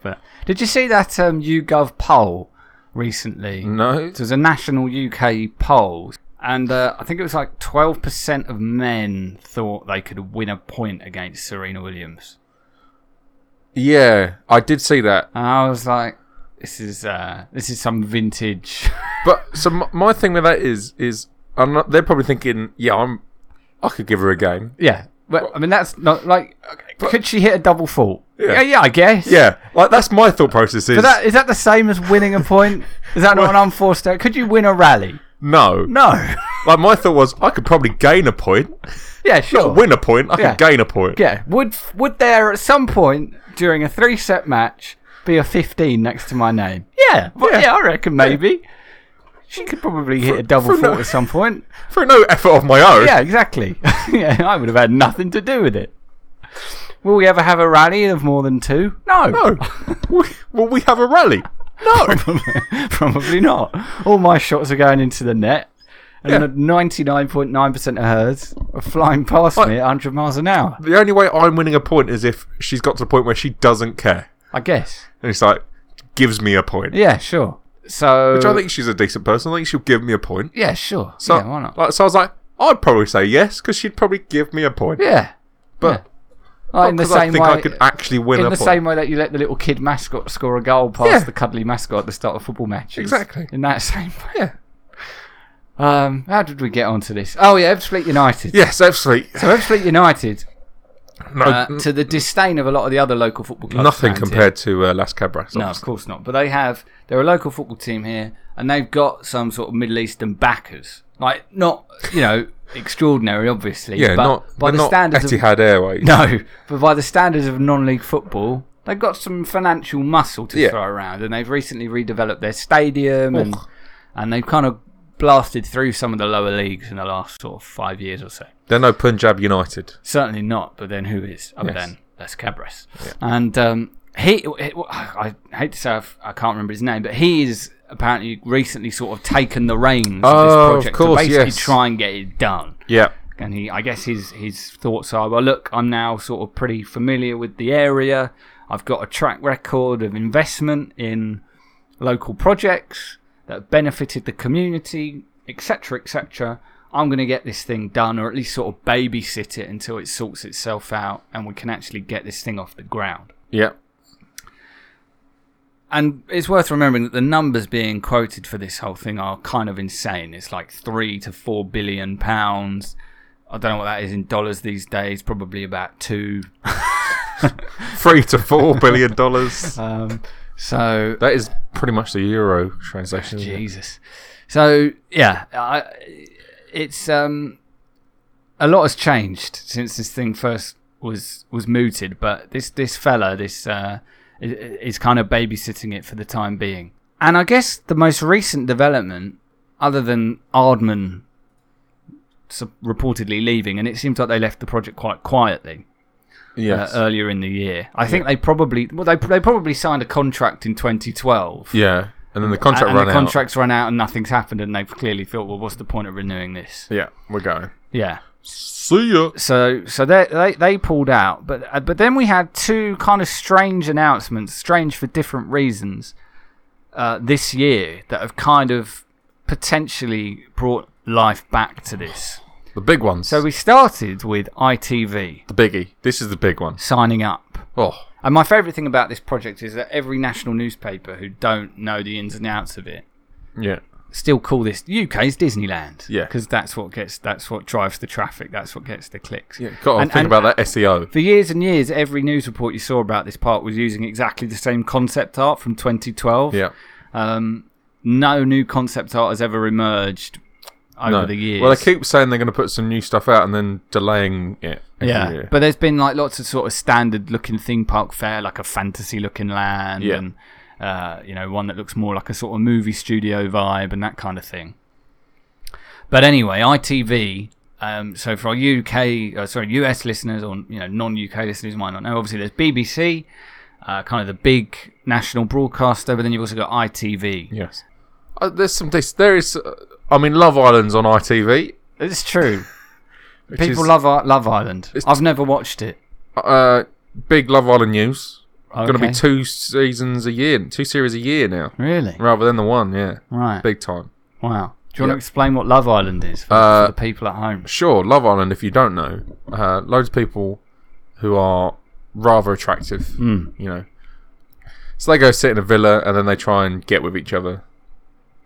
Speaker 1: But did you see that um, YouGov poll recently?
Speaker 2: No.
Speaker 1: It was a national UK poll, and uh, I think it was like 12% of men thought they could win a point against Serena Williams.
Speaker 2: Yeah. I did see that.
Speaker 1: Ah. And I was like, This is uh, this is some vintage.
Speaker 2: But so my, my thing with that is is I'm not, they're probably thinking, yeah, I'm I could give her a game.
Speaker 1: yeah, well, I mean that's not like. could she hit a double fault?
Speaker 2: Yeah.
Speaker 1: yeah, I guess.
Speaker 2: Yeah, like that's my thought process. Is
Speaker 1: But that, is that the same as winning a point? Is that not an unforced error? Could you win a rally?
Speaker 2: no,
Speaker 1: No.
Speaker 2: like my thought was I could probably gain a point,
Speaker 1: yeah, sure.
Speaker 2: not win a point. I
Speaker 1: Yeah.
Speaker 2: could gain a point.
Speaker 1: Yeah. Would would there at some point during a three set match be a fifteen next to my name? Yeah. Well,
Speaker 2: Yeah.
Speaker 1: yeah. I reckon maybe. She could probably hit a double
Speaker 2: for no-
Speaker 1: fault at some point.
Speaker 2: for no effort of my own.
Speaker 1: Yeah, exactly. yeah, I would have had nothing to do with it. Will we ever have a rally of more than two? No.
Speaker 2: No. we, will we have a rally? No.
Speaker 1: Probably not. All my shots are going into the net.
Speaker 2: Yeah.
Speaker 1: And 99.9% of hers are flying past me at 100 miles an hour,
Speaker 2: the only way I'm winning a point is if she's got to the point where she doesn't care.
Speaker 1: I guess.
Speaker 2: And it's like, gives me a point.
Speaker 1: Yeah, sure. So.
Speaker 2: Which I think she's a decent person. I think she'll give me a point.
Speaker 1: Yeah, sure.
Speaker 2: So,
Speaker 1: yeah, why not?
Speaker 2: Like, so I was like, I'd probably say yes because she'd probably give me a point.
Speaker 1: yeah.
Speaker 2: But
Speaker 1: Like,
Speaker 2: not
Speaker 1: in the
Speaker 2: 'cause I
Speaker 1: same
Speaker 2: think
Speaker 1: way,
Speaker 2: I could actually win
Speaker 1: in
Speaker 2: a
Speaker 1: the
Speaker 2: point.
Speaker 1: same way that you let the little kid mascot score a goal past
Speaker 2: Yeah.
Speaker 1: the cuddly mascot at the start of football matches.
Speaker 2: Exactly.
Speaker 1: In that same way.
Speaker 2: Yeah.
Speaker 1: Um, how did we get onto this? Oh yeah, Ebbsfleet United.
Speaker 2: Yes, absolutely.
Speaker 1: So Ebbsfleet United,
Speaker 2: No,
Speaker 1: uh,
Speaker 2: n-
Speaker 1: to the disdain of a lot of the other local football clubs,
Speaker 2: nothing
Speaker 1: around here-
Speaker 2: compared to uh, Las Cabras.
Speaker 1: No, of course not. But they have they're a local football team here, and they've got some sort of Middle Eastern backers. Like not you know extraordinary, obviously.
Speaker 2: Yeah,
Speaker 1: but
Speaker 2: not,
Speaker 1: by
Speaker 2: they're
Speaker 1: the
Speaker 2: not
Speaker 1: standards of
Speaker 2: Etihad Airways.
Speaker 1: No, but by the standards of non-league football, they've got some financial muscle to
Speaker 2: Yeah.
Speaker 1: throw around, and they've recently redeveloped their stadium, and
Speaker 2: Ugh.
Speaker 1: and they've kind of blasted through some of the lower leagues in the last sort of five years or so.
Speaker 2: They're no Punjab United.
Speaker 1: Certainly not, but then who is other
Speaker 2: Yes.
Speaker 1: than Les Cabras? And um, he, he- I I hate to say I've, I can't remember his name, but he is apparently recently sort of taken the reins of
Speaker 2: Oh,
Speaker 1: this
Speaker 2: of
Speaker 1: project
Speaker 2: course,
Speaker 1: to basically
Speaker 2: yes.
Speaker 1: try and get it done
Speaker 2: Yeah.
Speaker 1: and he i guess his his thoughts are well look i'm now sort of pretty familiar with the area i've got a track record of investment in local projects that have benefited the community etc etc i'm going to get this thing done or at least sort of babysit it until it sorts itself out and we can actually get this thing off the ground
Speaker 2: Yeah.
Speaker 1: and it's worth remembering that the numbers being quoted for this whole thing are kind of insane. It's like three to four billion pounds. I don't know what that is in dollars these days. Probably about two.
Speaker 2: Three to four billion dollars.
Speaker 1: Um, so
Speaker 2: That is pretty much the euro translation. isn't it?
Speaker 1: Jesus. So yeah, I, it's um, a lot has changed since this thing first was was mooted. But this this fella, this uh, i- i- is kind of babysitting it for the time being. And I guess the most recent development, other than Ardman sup- reportedly leaving, and it seems like they left the project quite quietly uh,
Speaker 2: Yes.
Speaker 1: earlier in the year. I think they probably well they they probably signed a contract in 2012
Speaker 2: yeah. And then the contract
Speaker 1: and
Speaker 2: ran
Speaker 1: the
Speaker 2: out.
Speaker 1: contracts run out and nothing's happened and they've clearly thought well what's the point of renewing this
Speaker 2: Yeah, we're going.
Speaker 1: yeah
Speaker 2: See ya.
Speaker 1: so so they they, they pulled out but uh, but then we had two kind of strange announcements strange for different reasons uh, this year that have kind of potentially brought life back to this
Speaker 2: The big ones.
Speaker 1: so we started with ITV
Speaker 2: the biggie. This is the big one.
Speaker 1: signing up
Speaker 2: Oh,
Speaker 1: And my favourite thing about this project is that every national newspaper who don't know the ins and outs of it
Speaker 2: yeah.
Speaker 1: still call this UK's Disneyland.
Speaker 2: Yeah.
Speaker 1: because that's what gets that's what drives the traffic. That's what gets the clicks.
Speaker 2: Yeah. Got to
Speaker 1: And-
Speaker 2: think
Speaker 1: and-
Speaker 2: about that E SEO.
Speaker 1: For years and years, every news report you saw about this park was using exactly the same concept art from 2012.
Speaker 2: Yeah.
Speaker 1: Um, no new concept art has ever emerged over
Speaker 2: No.
Speaker 1: the years.
Speaker 2: Well, they keep saying they're going to put some new stuff out and then delaying it. every
Speaker 1: yeah,
Speaker 2: year.
Speaker 1: but there's been like lots of sort of standard looking theme park fare, like a fantasy looking land,
Speaker 2: Yeah.
Speaker 1: and uh, you know one that looks more like a sort of movie studio vibe and that kind of thing. But anyway, ITV. Um, so for our UK, uh, sorry, US listeners or you know non-UK listeners might not know. Obviously, there's BBC, uh, kind of the big national broadcaster, but then you've also got ITV.
Speaker 2: yes. Uh, there's some. This, there is. Uh, I mean, Love Island's on ITV.
Speaker 1: It's true.
Speaker 2: which
Speaker 1: People
Speaker 2: is,
Speaker 1: love love Love Island.
Speaker 2: It's-
Speaker 1: I've never watched it.
Speaker 2: Uh, big Love Island news. Going to
Speaker 1: Okay.
Speaker 2: be two seasons a year, two series a year now,
Speaker 1: really
Speaker 2: rather than the one. Yeah.
Speaker 1: right.
Speaker 2: Big time.
Speaker 1: Wow. Do you want
Speaker 2: Yeah.
Speaker 1: to explain what Love Island is for,
Speaker 2: Uh,
Speaker 1: for the people at home?
Speaker 2: sure, Love Island, if you don't know, uh,
Speaker 1: Hmm.
Speaker 2: loads of people who are rather attractive, you know, So they go sit in a villa and then they try and get with each other.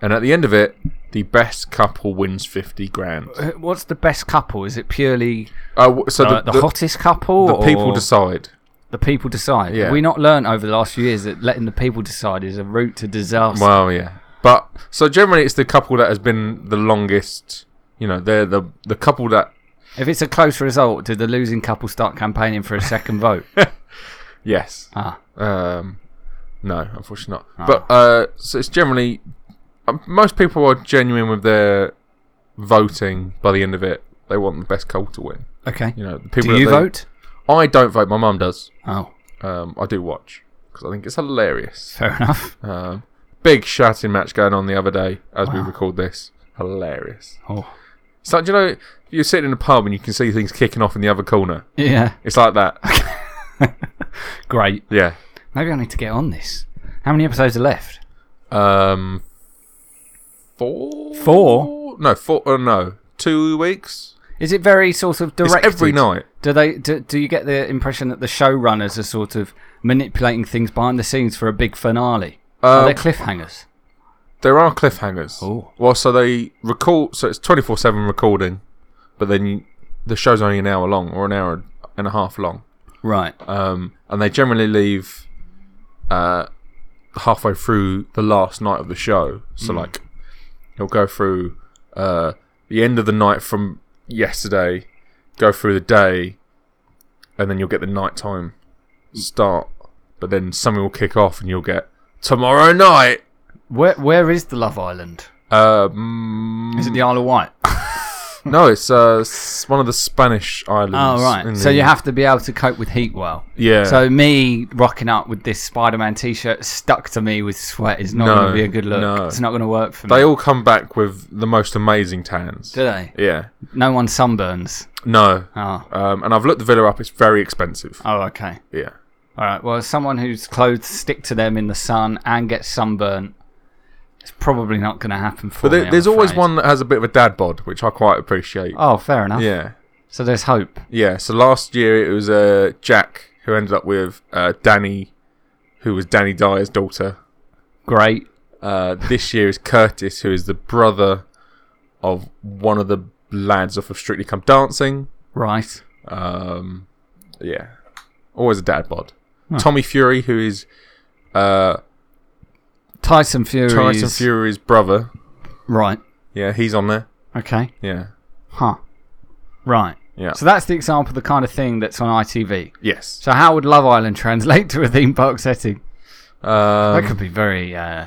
Speaker 2: And at the end of it, the best couple wins 50 grand.
Speaker 1: Uh, What's the best couple? Is it purely
Speaker 2: Uh, w- so
Speaker 1: uh, the,
Speaker 2: the, the,
Speaker 1: hottest couple?
Speaker 2: the people
Speaker 1: or
Speaker 2: decide.
Speaker 1: the people decide.
Speaker 2: Yeah.
Speaker 1: Have we not learned over the last few years that letting the people decide is a route to disaster?
Speaker 2: Well, yeah. But so generally, it's the couple that has been the longest. You know, they're the the couple that
Speaker 1: if it's a close result, did the losing couple start campaigning for a second vote?
Speaker 2: yes.
Speaker 1: Ah,
Speaker 2: Um, no, unfortunately not.
Speaker 1: Ah.
Speaker 2: But uh, so it's generally um, most people are genuine with their voting. By the end of it, they want the best couple to win.
Speaker 1: okay.
Speaker 2: You know, the people.
Speaker 1: Do
Speaker 2: that
Speaker 1: you
Speaker 2: they-
Speaker 1: vote?
Speaker 2: I don't vote. My mum does.
Speaker 1: Oh,
Speaker 2: Um, I do watch because I think it's hilarious.
Speaker 1: fair enough.
Speaker 2: Um, big shouting match going on the other day as we
Speaker 1: Wow.
Speaker 2: record this. Hilarious.
Speaker 1: Oh,
Speaker 2: It's like, do you know, if you're sitting in a pub and you can see things kicking off in the other corner.
Speaker 1: yeah.
Speaker 2: It's like that.
Speaker 1: Great.
Speaker 2: yeah.
Speaker 1: Maybe I need to get on this. How many episodes are left?
Speaker 2: Um, four?
Speaker 1: Four?
Speaker 2: No, four. Oh, no. Two weeks?
Speaker 1: Is it very sort of
Speaker 2: It's
Speaker 1: directed?
Speaker 2: every night.
Speaker 1: Do they? Do, do you get the impression that the showrunners are sort of manipulating things behind the scenes for a big finale? are
Speaker 2: Uh,
Speaker 1: they cliffhangers?
Speaker 2: there are cliffhangers.
Speaker 1: Oh.
Speaker 2: Well, so they record, so it's 24 7 recording, but then you, the show's only an hour long or an hour and a half long.
Speaker 1: Right.
Speaker 2: Um, and they generally leave uh, halfway through the last night of the show. So
Speaker 1: Mm.
Speaker 2: like, he'll go through uh, the end of the night from yesterday, go through the day, and then you'll get the nighttime
Speaker 1: Mm.
Speaker 2: start. But then something will kick off, and you'll get tomorrow night.
Speaker 1: Where Where is the Love Island?
Speaker 2: Um,
Speaker 1: Is it the Isle of Wight?
Speaker 2: no, it's uh, s- one of the Spanish islands.
Speaker 1: Oh right.
Speaker 2: in
Speaker 1: So
Speaker 2: the-
Speaker 1: you have to be able to cope with heat well.
Speaker 2: yeah.
Speaker 1: So me rocking up with this Spider-Man T-shirt stuck to me with sweat is not
Speaker 2: No,
Speaker 1: going to be a good look.
Speaker 2: no.
Speaker 1: It's not going to work for
Speaker 2: they
Speaker 1: me.
Speaker 2: all come back with the most amazing tans.
Speaker 1: Do they?
Speaker 2: Yeah.
Speaker 1: No one sunburns.
Speaker 2: No.
Speaker 1: Oh.
Speaker 2: Um, and I've looked the villa up. It's very expensive.
Speaker 1: Oh, okay.
Speaker 2: Yeah.
Speaker 1: All right. Well, someone whose clothes stick to them in the sun and gets sunburnt, it's probably not going to happen for
Speaker 2: But there,
Speaker 1: me, I'm
Speaker 2: there's always
Speaker 1: afraid.
Speaker 2: one that has a bit of a dad bod, which I quite appreciate.
Speaker 1: Oh, fair enough.
Speaker 2: Yeah.
Speaker 1: So there's hope.
Speaker 2: Yeah. So last year it was uh, Jack who ended up with uh, Danny, who was Danny Dyer's daughter.
Speaker 1: Great.
Speaker 2: Uh, this year is Curtis, who is the brother of one of the lads off of Strictly Come Dancing.
Speaker 1: Right.
Speaker 2: Um, yeah. Always a dad bod. Tommy Fury, who is uh,
Speaker 1: Tyson Fury.
Speaker 2: Tyson Fury's brother.
Speaker 1: Right.
Speaker 2: Yeah, he's on there.
Speaker 1: Okay.
Speaker 2: Yeah.
Speaker 1: Huh. Right.
Speaker 2: Yeah.
Speaker 1: So that's the example of the kind of thing that's on ITV.
Speaker 2: yes.
Speaker 1: So how would Love Island translate to a theme park setting?
Speaker 2: Um,
Speaker 1: That could be very. Uh,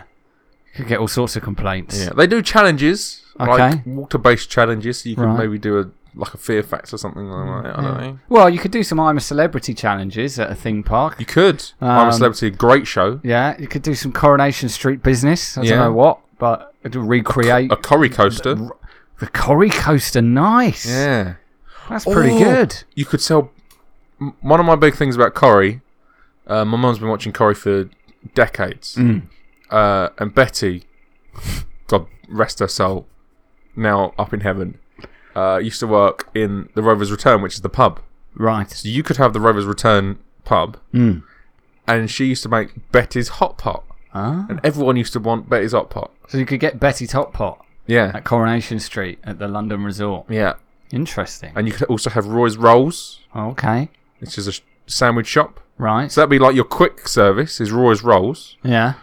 Speaker 1: could get all sorts of complaints.
Speaker 2: Yeah, they do challenges,
Speaker 1: Okay.
Speaker 2: like water-based challenges. So you can
Speaker 1: Right.
Speaker 2: maybe do a like a fear facts or something like that. I don't know.
Speaker 1: Well, you could do some I'm a Celebrity challenges at a theme park.
Speaker 2: You could. I'm a
Speaker 1: Um,
Speaker 2: celebrity. Great show.
Speaker 1: Yeah, you could do some Coronation Street business. I
Speaker 2: Yeah. Oh,
Speaker 1: don't know what, but to recreate
Speaker 2: A curry coaster.
Speaker 1: the Corrie coaster. Nice.
Speaker 2: yeah.
Speaker 1: That's pretty
Speaker 2: Oh,
Speaker 1: good.
Speaker 2: You could sell. m- One of my big things about Corrie, uh, my mum's been watching Corrie for decades,
Speaker 1: Mm.
Speaker 2: uh, and Betty, God rest her soul, now up in heaven, uh, used to work in the Rovers Return, which is the pub.
Speaker 1: Right. Hmm.
Speaker 2: So you could have the Rovers Return pub, and she used to make Betty's hot pot,
Speaker 1: Ah.
Speaker 2: and everyone used to want Betty's hot pot.
Speaker 1: So you could get Betty Top Pot
Speaker 2: Yeah,
Speaker 1: at Coronation Street at the London Resort.
Speaker 2: yeah,
Speaker 1: Interesting.
Speaker 2: and you could also have Roy's Rolls,
Speaker 1: Okay.
Speaker 2: which is a sh- sandwich shop.
Speaker 1: Right.
Speaker 2: So that'd be like your quick service is Roy's Rolls,
Speaker 1: yeah.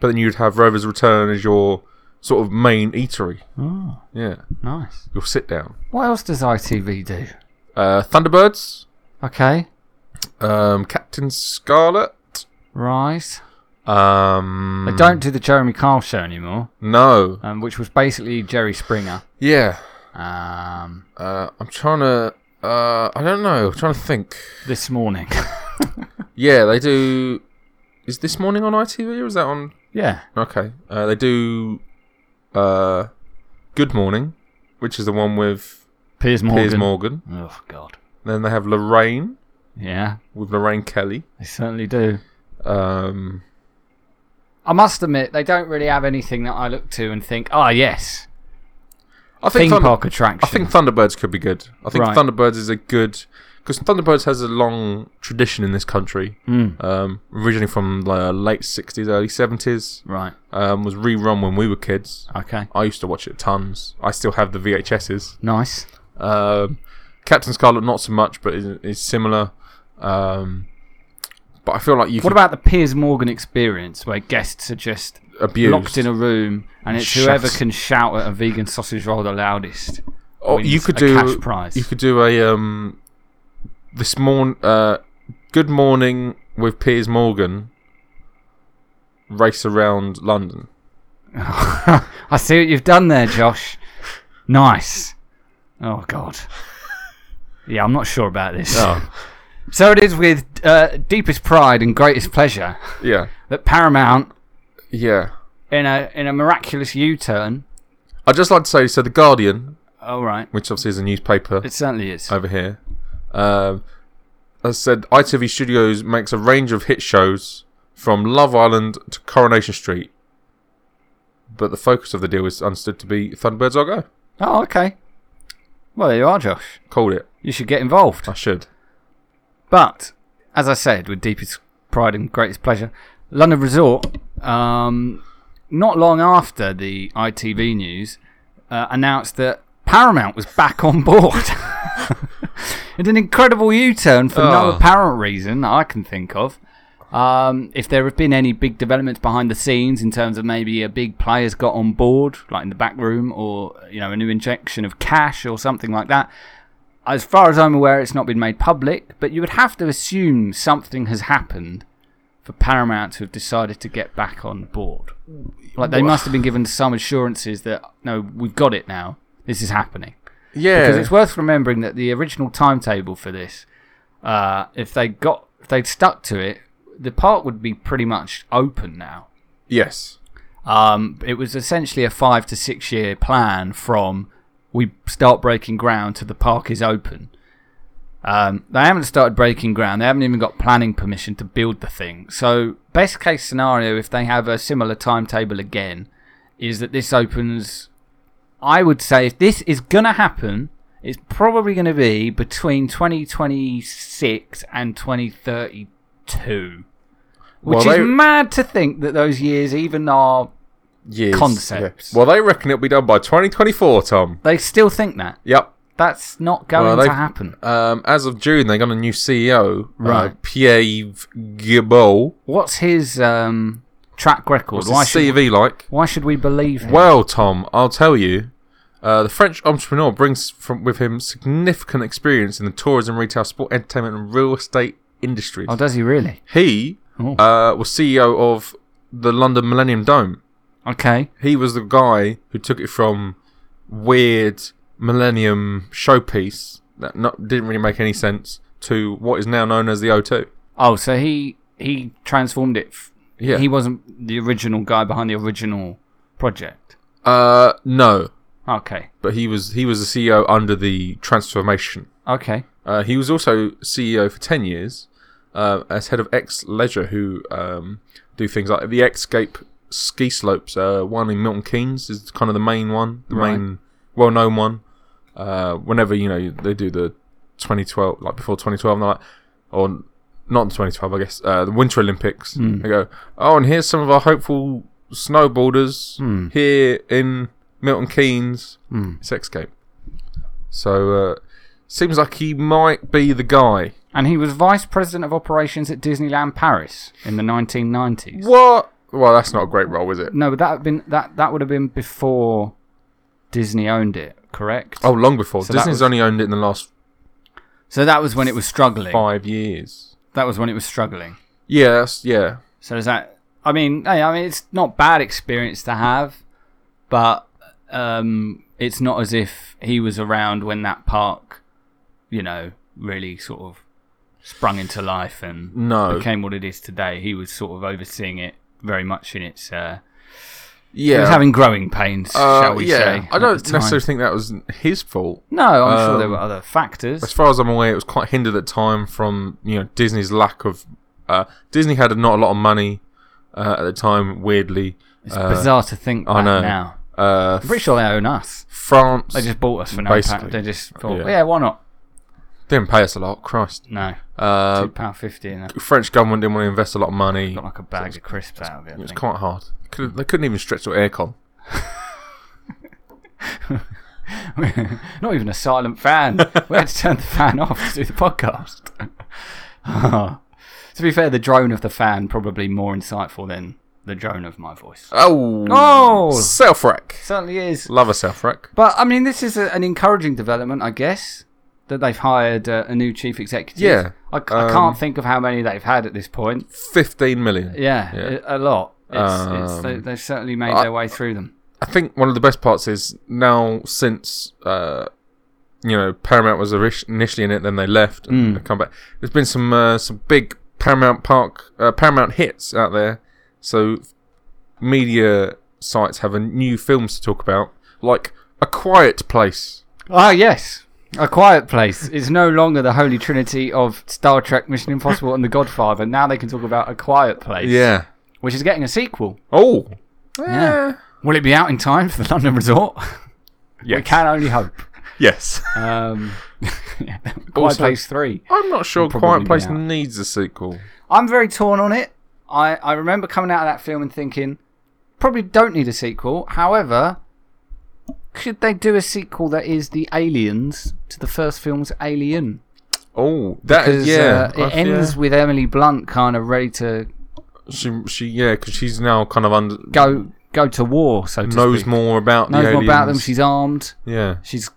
Speaker 2: but then you'd have Rovers Return as your sort of main eatery.
Speaker 1: Oh,
Speaker 2: Yeah,
Speaker 1: nice.
Speaker 2: your sit down.
Speaker 1: What else does ITV do?
Speaker 2: Uh, Thunderbirds,
Speaker 1: Okay.
Speaker 2: um, Captain Scarlet.
Speaker 1: Right.
Speaker 2: Um,
Speaker 1: They don't do the Jeremy Kyle show anymore,
Speaker 2: No.
Speaker 1: um, which was basically Jerry Springer.
Speaker 2: Yeah.
Speaker 1: Um,
Speaker 2: Uh, I'm trying to. Uh, I don't know. I'm trying to think.
Speaker 1: this morning.
Speaker 2: Yeah, they do. Is this morning on ITV or is that on?
Speaker 1: yeah.
Speaker 2: Okay, uh, they do. Uh, Good Morning, which is the one with
Speaker 1: Piers Morgan.
Speaker 2: Piers Morgan.
Speaker 1: Oh God.
Speaker 2: Then they have Lorraine
Speaker 1: Yeah,
Speaker 2: with Lorraine Kelly.
Speaker 1: they certainly do.
Speaker 2: Um,
Speaker 1: I must admit, they don't really have anything that I look to and think, ah, yes,
Speaker 2: I think
Speaker 1: theme
Speaker 2: Thunder-
Speaker 1: park attraction.
Speaker 2: I think Thunderbirds could be good. I think
Speaker 1: Right.
Speaker 2: Thunderbirds is a good because Thunderbirds has a long tradition in this country.
Speaker 1: Mm,
Speaker 2: Um, originally from the late '60s, early '70s,
Speaker 1: right.
Speaker 2: um, was rerun when we were kids.
Speaker 1: Okay.
Speaker 2: I used to watch it tons. I still have the VHSs.
Speaker 1: Nice.
Speaker 2: Um, Captain Scarlet, not so much, but is, is similar. Um, but I feel like you
Speaker 1: What
Speaker 2: could
Speaker 1: about the Piers Morgan experience where guests are just
Speaker 2: abuse.
Speaker 1: locked in a room and it's
Speaker 2: Shut-
Speaker 1: whoever can shout at a vegan sausage roll the loudest?
Speaker 2: or
Speaker 1: wins
Speaker 2: Oh, you could
Speaker 1: a
Speaker 2: do
Speaker 1: cash prize.
Speaker 2: You could do a um, this morn uh, good morning with Piers Morgan race around London.
Speaker 1: I see what you've done there, Josh. Nice. Oh God. Yeah, I'm not sure about this.
Speaker 2: Oh,
Speaker 1: So it is with uh, deepest pride and greatest pleasure
Speaker 2: yeah,
Speaker 1: that Paramount,
Speaker 2: yeah.
Speaker 1: in a in a miraculous U-turn,
Speaker 2: I'd just like to say so. The Guardian,
Speaker 1: all Oh, right,
Speaker 2: which obviously is a newspaper
Speaker 1: it certainly is.
Speaker 2: over here, um, has said ITV Studios makes a range of hit shows from Love Island to Coronation Street. But the focus of the deal is understood to be Thunderbirds I'll Go.
Speaker 1: Oh, okay. Well, there you are, Josh.
Speaker 2: Called it.
Speaker 1: You should get involved.
Speaker 2: I should.
Speaker 1: But as I said, with deepest pride and greatest pleasure, London Resort. Um, not long after the ITV news uh, announced that Paramount was back on board. it's an incredible U-turn for no
Speaker 2: Oh.
Speaker 1: apparent reason that I can think of. Um, if there have been any big developments behind the scenes in terms of maybe a big player's got on board, like in the back room, or you know a new injection of cash or something like that, as far as I'm aware, it's not been made public, but you would have to assume something has happened for Paramount to have decided to get back on board. Like they must have been given some assurances that no, we've got it now. This is happening
Speaker 2: Yeah.
Speaker 1: because it's worth remembering that the original timetable for this, uh, if they got if they'd stuck to it, the park would be pretty much open now.
Speaker 2: yes.
Speaker 1: Um, it was essentially a five to six year plan from we start breaking ground to the park is open. Um, they haven't started breaking ground. They haven't even got planning permission to build the thing. So, best case scenario, if they have a similar timetable again, is that this opens. I would say if this is going to happen, it's probably going to be between 2026 and 2032. Which
Speaker 2: Well,
Speaker 1: is
Speaker 2: they-
Speaker 1: mad to think that those years even are.
Speaker 2: years.
Speaker 1: concepts.
Speaker 2: Yeah. Well, they reckon it'll be done by 2024, Tom.
Speaker 1: They still think that.
Speaker 2: Yep.
Speaker 1: That's not going
Speaker 2: Well,
Speaker 1: to
Speaker 2: they've-
Speaker 1: happen.
Speaker 2: Um, as of June, they got a new CEO, uh,
Speaker 1: Right.
Speaker 2: Pierre Gibault.
Speaker 1: What's his um, track record?
Speaker 2: What's
Speaker 1: why,
Speaker 2: his
Speaker 1: should,
Speaker 2: CV like?
Speaker 1: why should we believe him?
Speaker 2: Well, Tom, I'll tell you. Uh, the French entrepreneur brings from, with him significant experience in the tourism, retail, sport, entertainment, and real estate industries.
Speaker 1: oh, does he really?
Speaker 2: he
Speaker 1: Oh.
Speaker 2: uh, was CEO of the London Millennium Dome.
Speaker 1: Okay.
Speaker 2: He was the guy who took it from weird Millennium showpiece that not, didn't really make any sense to what is now known as the O2.
Speaker 1: Oh, so he he transformed it. F-
Speaker 2: Yeah.
Speaker 1: He wasn't the original guy behind the original project.
Speaker 2: Uh, no,
Speaker 1: Okay.
Speaker 2: but he was he was the CEO under the transformation.
Speaker 1: Okay.
Speaker 2: Uh, he was also CEO for ten years uh, as head of X Leisure, who um, do things like the Xscape ski slopes. Uh, one in Milton Keynes is kind of the main one, the
Speaker 1: Right.
Speaker 2: main well-known one. Uh, whenever you know they do the 2012, like before 2012, they're like, or not in 2012, I guess, uh, the Winter Olympics. They go, oh, and here's some of our hopeful snowboarders here in Milton Keynes. It's Xscape. So, uh, seems like he might be the guy.
Speaker 1: And he was vice president of operations at Disneyland Paris in the 1990s.
Speaker 2: What? Well, that's not a great role, is it?
Speaker 1: No, but that would have been that that would have been before Disney owned it, correct?
Speaker 2: Oh, long before.
Speaker 1: So that
Speaker 2: Disney's
Speaker 1: was-
Speaker 2: only owned it in the last
Speaker 1: So that was when it was struggling.
Speaker 2: five years.
Speaker 1: That was when it was struggling.
Speaker 2: Yeah, that's, yeah.
Speaker 1: So is that? I mean, hey, I mean, it's not bad experience to have, but um, it's not as if he was around when that park, you know, really sort of sprung into life and
Speaker 2: No.
Speaker 1: became what it is today. He was sort of overseeing it very much in its. Uh, He
Speaker 2: Yeah.
Speaker 1: was having growing pains,
Speaker 2: Uh,
Speaker 1: shall we
Speaker 2: yeah.
Speaker 1: say?
Speaker 2: I
Speaker 1: at
Speaker 2: don't
Speaker 1: the time.
Speaker 2: necessarily think that was his fault.
Speaker 1: No, I'm sure there
Speaker 2: um,
Speaker 1: were other factors.
Speaker 2: As far as I'm aware, it was quite hindered at time from you know Disney's lack of. Uh, Disney had not a lot of money uh, at the time. Weirdly,
Speaker 1: It's
Speaker 2: uh,
Speaker 1: bizarre to think
Speaker 2: I
Speaker 1: that
Speaker 2: know.
Speaker 1: now.
Speaker 2: Uh,
Speaker 1: I'm pretty sure they own us.
Speaker 2: France
Speaker 1: They just bought us for no
Speaker 2: Basically.
Speaker 1: pound. They just thought,
Speaker 2: Yeah.
Speaker 1: yeah. why not?
Speaker 2: didn't pay us a lot. Christ.
Speaker 1: No,
Speaker 2: Uh,
Speaker 1: two pound fifty, and I
Speaker 2: French government didn't want to invest a lot of money.
Speaker 1: got like a bag of crisps out of it. I
Speaker 2: It was
Speaker 1: think.
Speaker 2: quite hard. Couldn't- they couldn't even stretch the aircon.
Speaker 1: Not even a silent fan. we had to turn the fan off to do the podcast. to be fair, the drone of the fan probably more insightful than the drone of my voice.
Speaker 2: Oh,
Speaker 1: Oh!
Speaker 2: self wreck.
Speaker 1: certainly is.
Speaker 2: Love a self wreck.
Speaker 1: But I mean, this is a, an encouraging development, I guess, that they've hired uh, a new chief executive.
Speaker 2: Yeah,
Speaker 1: I, c- I
Speaker 2: um,
Speaker 1: can't think of how many they've had at this point.
Speaker 2: Fifteen million.
Speaker 1: Yeah,
Speaker 2: Yeah.
Speaker 1: A, a lot. It's, it's, they,
Speaker 2: Um,
Speaker 1: they've certainly made
Speaker 2: I-
Speaker 1: their way through them.
Speaker 2: I think one of the best parts is now since uh, you know Paramount was ori- initially in it, then they left
Speaker 1: Hmm.
Speaker 2: and they come back. There's been some uh, some big Paramount Park uh, Paramount hits out there, so media sites have a new films to talk about, like A Quiet Place.
Speaker 1: Ah, yes. A Quiet Place is no longer the holy trinity of Star Trek, Mission Impossible, and The Godfather. Now they can talk about A Quiet Place,
Speaker 2: Yeah.
Speaker 1: which is getting a sequel.
Speaker 2: Oh.
Speaker 1: Yeah.
Speaker 2: Eh.
Speaker 1: Will it be out in time for the London Resort?
Speaker 2: Yes.
Speaker 1: We can only hope.
Speaker 2: Eh. Yes.
Speaker 1: Um, yeah, Quiet
Speaker 2: Also-
Speaker 1: Place 3.
Speaker 2: I'm not sure
Speaker 1: It'll probably
Speaker 2: Quiet
Speaker 1: be
Speaker 2: Place
Speaker 1: out.
Speaker 2: needs a sequel.
Speaker 1: I'm very torn on it. I, I remember coming out of that film and thinking, probably don't need a sequel. However, should they do a sequel that is the aliens to the first film's Alien?
Speaker 2: Oh, that is
Speaker 1: Because
Speaker 2: yeah.
Speaker 1: uh, it
Speaker 2: I've-
Speaker 1: ends with Emily Blunt kind of ready to
Speaker 2: yeah. She, she, yeah, because she's now kind of under
Speaker 1: go go to war, so to
Speaker 2: knows
Speaker 1: speak.
Speaker 2: more about
Speaker 1: knows
Speaker 2: the
Speaker 1: more about them.
Speaker 2: aliens.
Speaker 1: She's armed.
Speaker 2: yeah,
Speaker 1: She's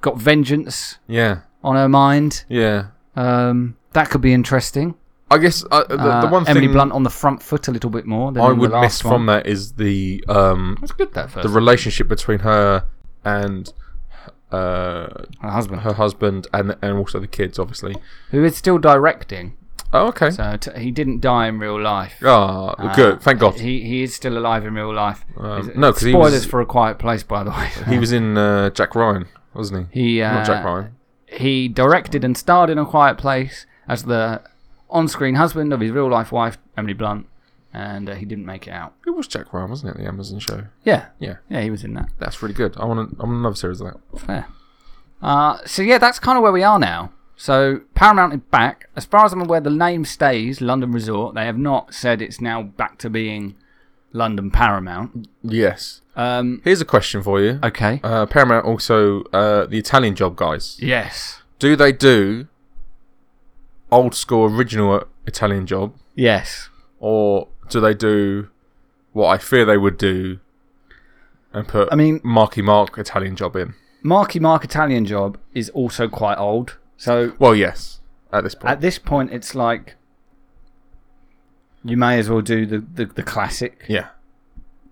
Speaker 1: got vengeance
Speaker 2: yeah,
Speaker 1: on her mind.
Speaker 2: yeah.
Speaker 1: Um, that could be interesting.
Speaker 2: I guess uh, the, the
Speaker 1: Uh,
Speaker 2: one
Speaker 1: Emily
Speaker 2: thing
Speaker 1: Blunt on the front foot a little bit more than
Speaker 2: I
Speaker 1: in
Speaker 2: would
Speaker 1: the
Speaker 2: miss
Speaker 1: last
Speaker 2: from
Speaker 1: one.
Speaker 2: that is the um
Speaker 1: That's good. That first.
Speaker 2: the relationship between her and uh
Speaker 1: her husband,
Speaker 2: her husband and and also the kids, obviously.
Speaker 1: who is still directing,
Speaker 2: Oh, okay.
Speaker 1: so t- he didn't die in real life.
Speaker 2: Ah,
Speaker 1: Uh,
Speaker 2: good. Thank God.
Speaker 1: He he is still alive in real life.
Speaker 2: Um,
Speaker 1: Is-
Speaker 2: no, 'cause he
Speaker 1: spoilers
Speaker 2: was-
Speaker 1: for a quiet place, by the way.
Speaker 2: He was in uh, Jack Ryan, wasn't he?
Speaker 1: He uh,
Speaker 2: Not Jack Ryan.
Speaker 1: He directed and starred in A Quiet Place as the on-screen husband of his real-life wife, Emily Blunt, and uh, he didn't make it out.
Speaker 2: It was Jack Ryan, wasn't it? The Amazon show.
Speaker 1: Yeah,
Speaker 2: Yeah.
Speaker 1: yeah, he was in that.
Speaker 2: That's really good. I want to, I want another series of that.
Speaker 1: Fair. Uh, so yeah, that's kind of where we are now. So Paramount is back. As far as I'm aware, the name stays London Resort. They have not said it's now back to being London Paramount.
Speaker 2: Yes.
Speaker 1: Um,
Speaker 2: Here's a question for you.
Speaker 1: okay.
Speaker 2: Uh, Paramount also uh, the Italian Job guys.
Speaker 1: yes.
Speaker 2: Do they do old school original Italian Job,
Speaker 1: Yes.
Speaker 2: or do they do what I fear they would do and put
Speaker 1: I mean-
Speaker 2: Marky Mark Italian Job in?
Speaker 1: Marky Mark Italian Job is also quite old. So
Speaker 2: Well, yes. At this point,
Speaker 1: at this point it's like you may as well do the, the, the classic
Speaker 2: yeah.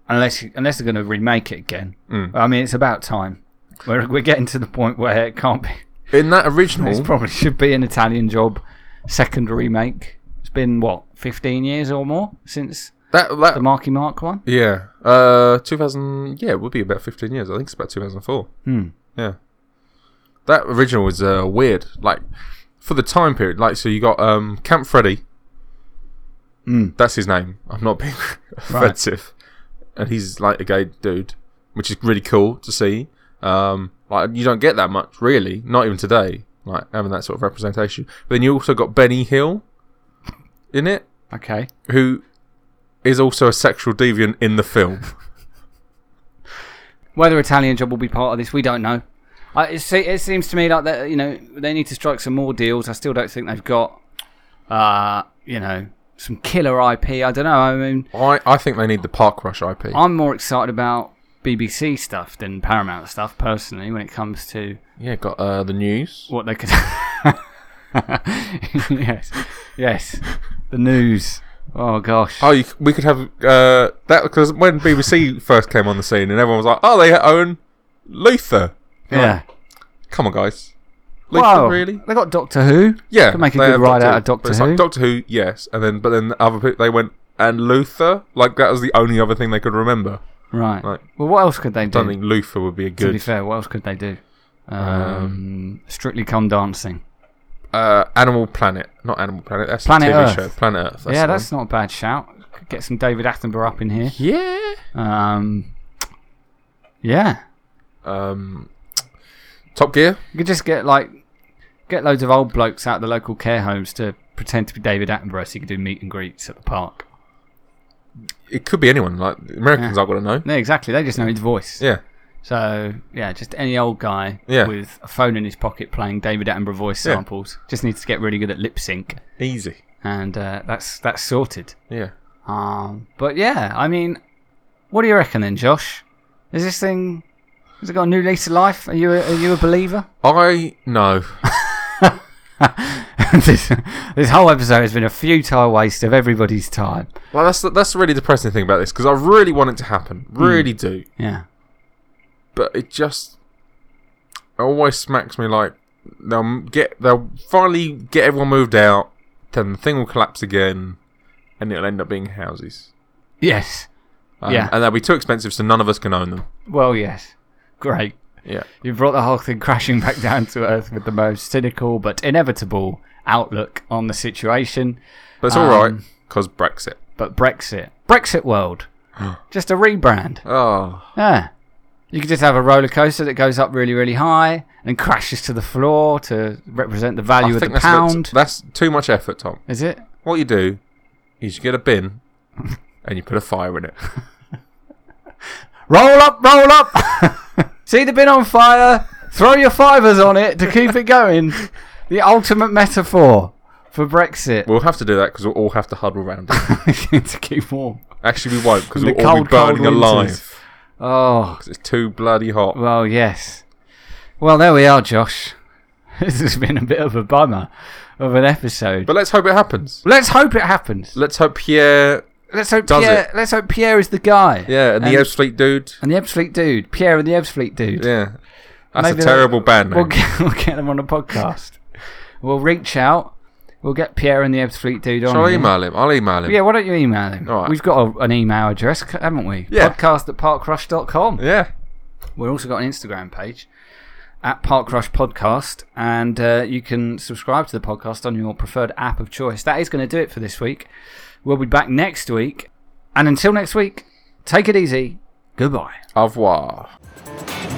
Speaker 1: unless unless they're going to remake it again
Speaker 2: Mm.
Speaker 1: i mean it's about time we're, we're getting to the point where it can't be
Speaker 2: In that
Speaker 1: this
Speaker 2: original,
Speaker 1: probably should be an italian job second remake it's been what 15 years or more since
Speaker 2: that
Speaker 1: the
Speaker 2: that
Speaker 1: marky mark one
Speaker 2: yeah, uh, two thousand yeah, it would be about fifteen years. I think it's about two thousand four.
Speaker 1: hmm.
Speaker 2: Yeah. That original was uh, weird. Like for the time period, like so you got um Camp Freddy.
Speaker 1: Mm.
Speaker 2: That's his name. I'm not being offensive. And he's like a gay dude, which is really cool to see. Um like you don't get that much really, not even today, like having that sort of representation. But then you also got Benny Hill in it,
Speaker 1: okay
Speaker 2: who is also a sexual deviant in the film.
Speaker 1: whether Italian job will be part of this, we don't know. I, it, se- it seems to me like that you know they need to strike some more deals. I still don't think they've got, uh, you know, some killer IP. I don't know. I mean,
Speaker 2: I, I think they need the Park Rush IP.
Speaker 1: I'm more excited about BBC stuff than Paramount stuff personally when it comes to
Speaker 2: yeah, got uh, the news.
Speaker 1: what they could. yes, yes, the news. Oh gosh.
Speaker 2: Oh, you, c- we could have uh, that because when BBC first came on the scene, and everyone was like, "Oh, they own Luther."
Speaker 1: yeah.
Speaker 2: Come on, guys. Luther,
Speaker 1: Wow.
Speaker 2: really?
Speaker 1: They got Doctor Who.
Speaker 2: Yeah.
Speaker 1: Could make a
Speaker 2: they
Speaker 1: good
Speaker 2: have
Speaker 1: ride out of
Speaker 2: But it's
Speaker 1: Doctor Who.
Speaker 2: Like, Doctor Who, yes, and then but then the other people they went and Luther. Like that was the only other thing they could remember.
Speaker 1: Right.
Speaker 2: Right.
Speaker 1: Well, what else could they do?
Speaker 2: Don't think Luther would be a
Speaker 1: Hmm. To be
Speaker 2: good.
Speaker 1: fair, what else could they do? Um, Strictly Come Dancing.
Speaker 2: Uh, Animal Planet, not Animal Planet. That's
Speaker 1: Planet
Speaker 2: a TV
Speaker 1: Earth.
Speaker 2: show. Planet Earth. That's
Speaker 1: yeah,
Speaker 2: the
Speaker 1: that's not a bad shout. Could get some David Attenborough up in here.
Speaker 2: one. yeah.
Speaker 1: Um, Yeah.
Speaker 2: Um, Top Gear.
Speaker 1: You could just get like get loads of old blokes out of the local care homes to pretend to be David Attenborough so you could do meet and greets at the park.
Speaker 2: It could be anyone. Like the Americans, I've got to know.
Speaker 1: No, exactly. They just know his voice.
Speaker 2: Yeah,
Speaker 1: So yeah, just any old guy
Speaker 2: Yeah.
Speaker 1: with a phone in his pocket playing David Attenborough voice
Speaker 2: Yeah.
Speaker 1: samples. Just needs to get really good at lip sync,
Speaker 2: easy.
Speaker 1: and uh, that's that's sorted.
Speaker 2: Yeah.
Speaker 1: Um, but yeah, I mean, what do you reckon then, Josh? Is this thing has it got a new lease of life? Are you a, are you a believer?
Speaker 2: I know.
Speaker 1: this, this whole episode has been a futile waste of everybody's time.
Speaker 2: Well, that's the, that's the really depressing thing about this because I really want it to happen,
Speaker 1: Hmm.
Speaker 2: really do,
Speaker 1: Yeah,
Speaker 2: but it just it always smacks me like they'll m- get they'll finally get everyone moved out, then the thing will collapse again, and it'll end up being houses.
Speaker 1: yes,
Speaker 2: Um,
Speaker 1: Yeah.
Speaker 2: and they'll be too expensive, so none of us can own them.
Speaker 1: well, yes, great.
Speaker 2: Yeah,
Speaker 1: You brought the whole thing crashing back down to earth with the most cynical but inevitable outlook on the situation.
Speaker 2: but it's
Speaker 1: Um,
Speaker 2: all right because Brexit.
Speaker 1: But Brexit, Brexit world, just a rebrand.
Speaker 2: Oh,
Speaker 1: Yeah. You could just have a roller coaster that goes up really, really high and crashes to the floor to represent the
Speaker 2: I
Speaker 1: value of
Speaker 2: think
Speaker 1: the
Speaker 2: that's, a bit-
Speaker 1: pound.
Speaker 2: that's too much effort, Tom.
Speaker 1: Is it?
Speaker 2: What you do is you get a bin and you put a fire in it.
Speaker 1: Roll up, roll up! See the bin on fire? Throw your fivers on it to keep it going. The ultimate metaphor for Brexit
Speaker 2: We'll have to do that because we'll all have to huddle around it.
Speaker 1: to keep warm.
Speaker 2: Actually, we won't because
Speaker 1: In the
Speaker 2: we'll all
Speaker 1: cold,
Speaker 2: be
Speaker 1: cold
Speaker 2: burning
Speaker 1: winters.
Speaker 2: alive.
Speaker 1: Oh,
Speaker 2: 'Cause It's too bloody hot.
Speaker 1: well, yes. Well, there we are, Josh. This has been a bit of a bummer of an episode.
Speaker 2: But let's hope it happens.
Speaker 1: let's hope it happens.
Speaker 2: Let's hope Pierre,
Speaker 1: Let's hope
Speaker 2: Does
Speaker 1: Pierre. Let's hope Pierre is the guy.
Speaker 2: yeah, and,
Speaker 1: And-
Speaker 2: the Ebbsfleet dude,
Speaker 1: And the Ebbsfleet dude, Pierre and the Ebbsfleet dude.
Speaker 2: yeah. That's
Speaker 1: Maybe
Speaker 2: a
Speaker 1: that-
Speaker 2: terrible band name.
Speaker 1: We'll get, we'll get them on the podcast. we'll reach out. We'll get Pierre and the Ebbsfleet dude on.
Speaker 2: Shall I
Speaker 1: here.
Speaker 2: email him? I'll email him.
Speaker 1: Yeah, why don't you email him?
Speaker 2: All right.
Speaker 1: We've got a, an email address, c- haven't we?
Speaker 2: Yeah.
Speaker 1: Podcast at parkrush.com.
Speaker 2: Yeah.
Speaker 1: We've also got an Instagram page at Parkrush Podcast, and uh, you can subscribe to the podcast on your preferred app of choice. That is going to do it for this week. We'll be back next week. And until next week, take it easy. Goodbye.
Speaker 2: Au revoir.
Speaker 3: Thank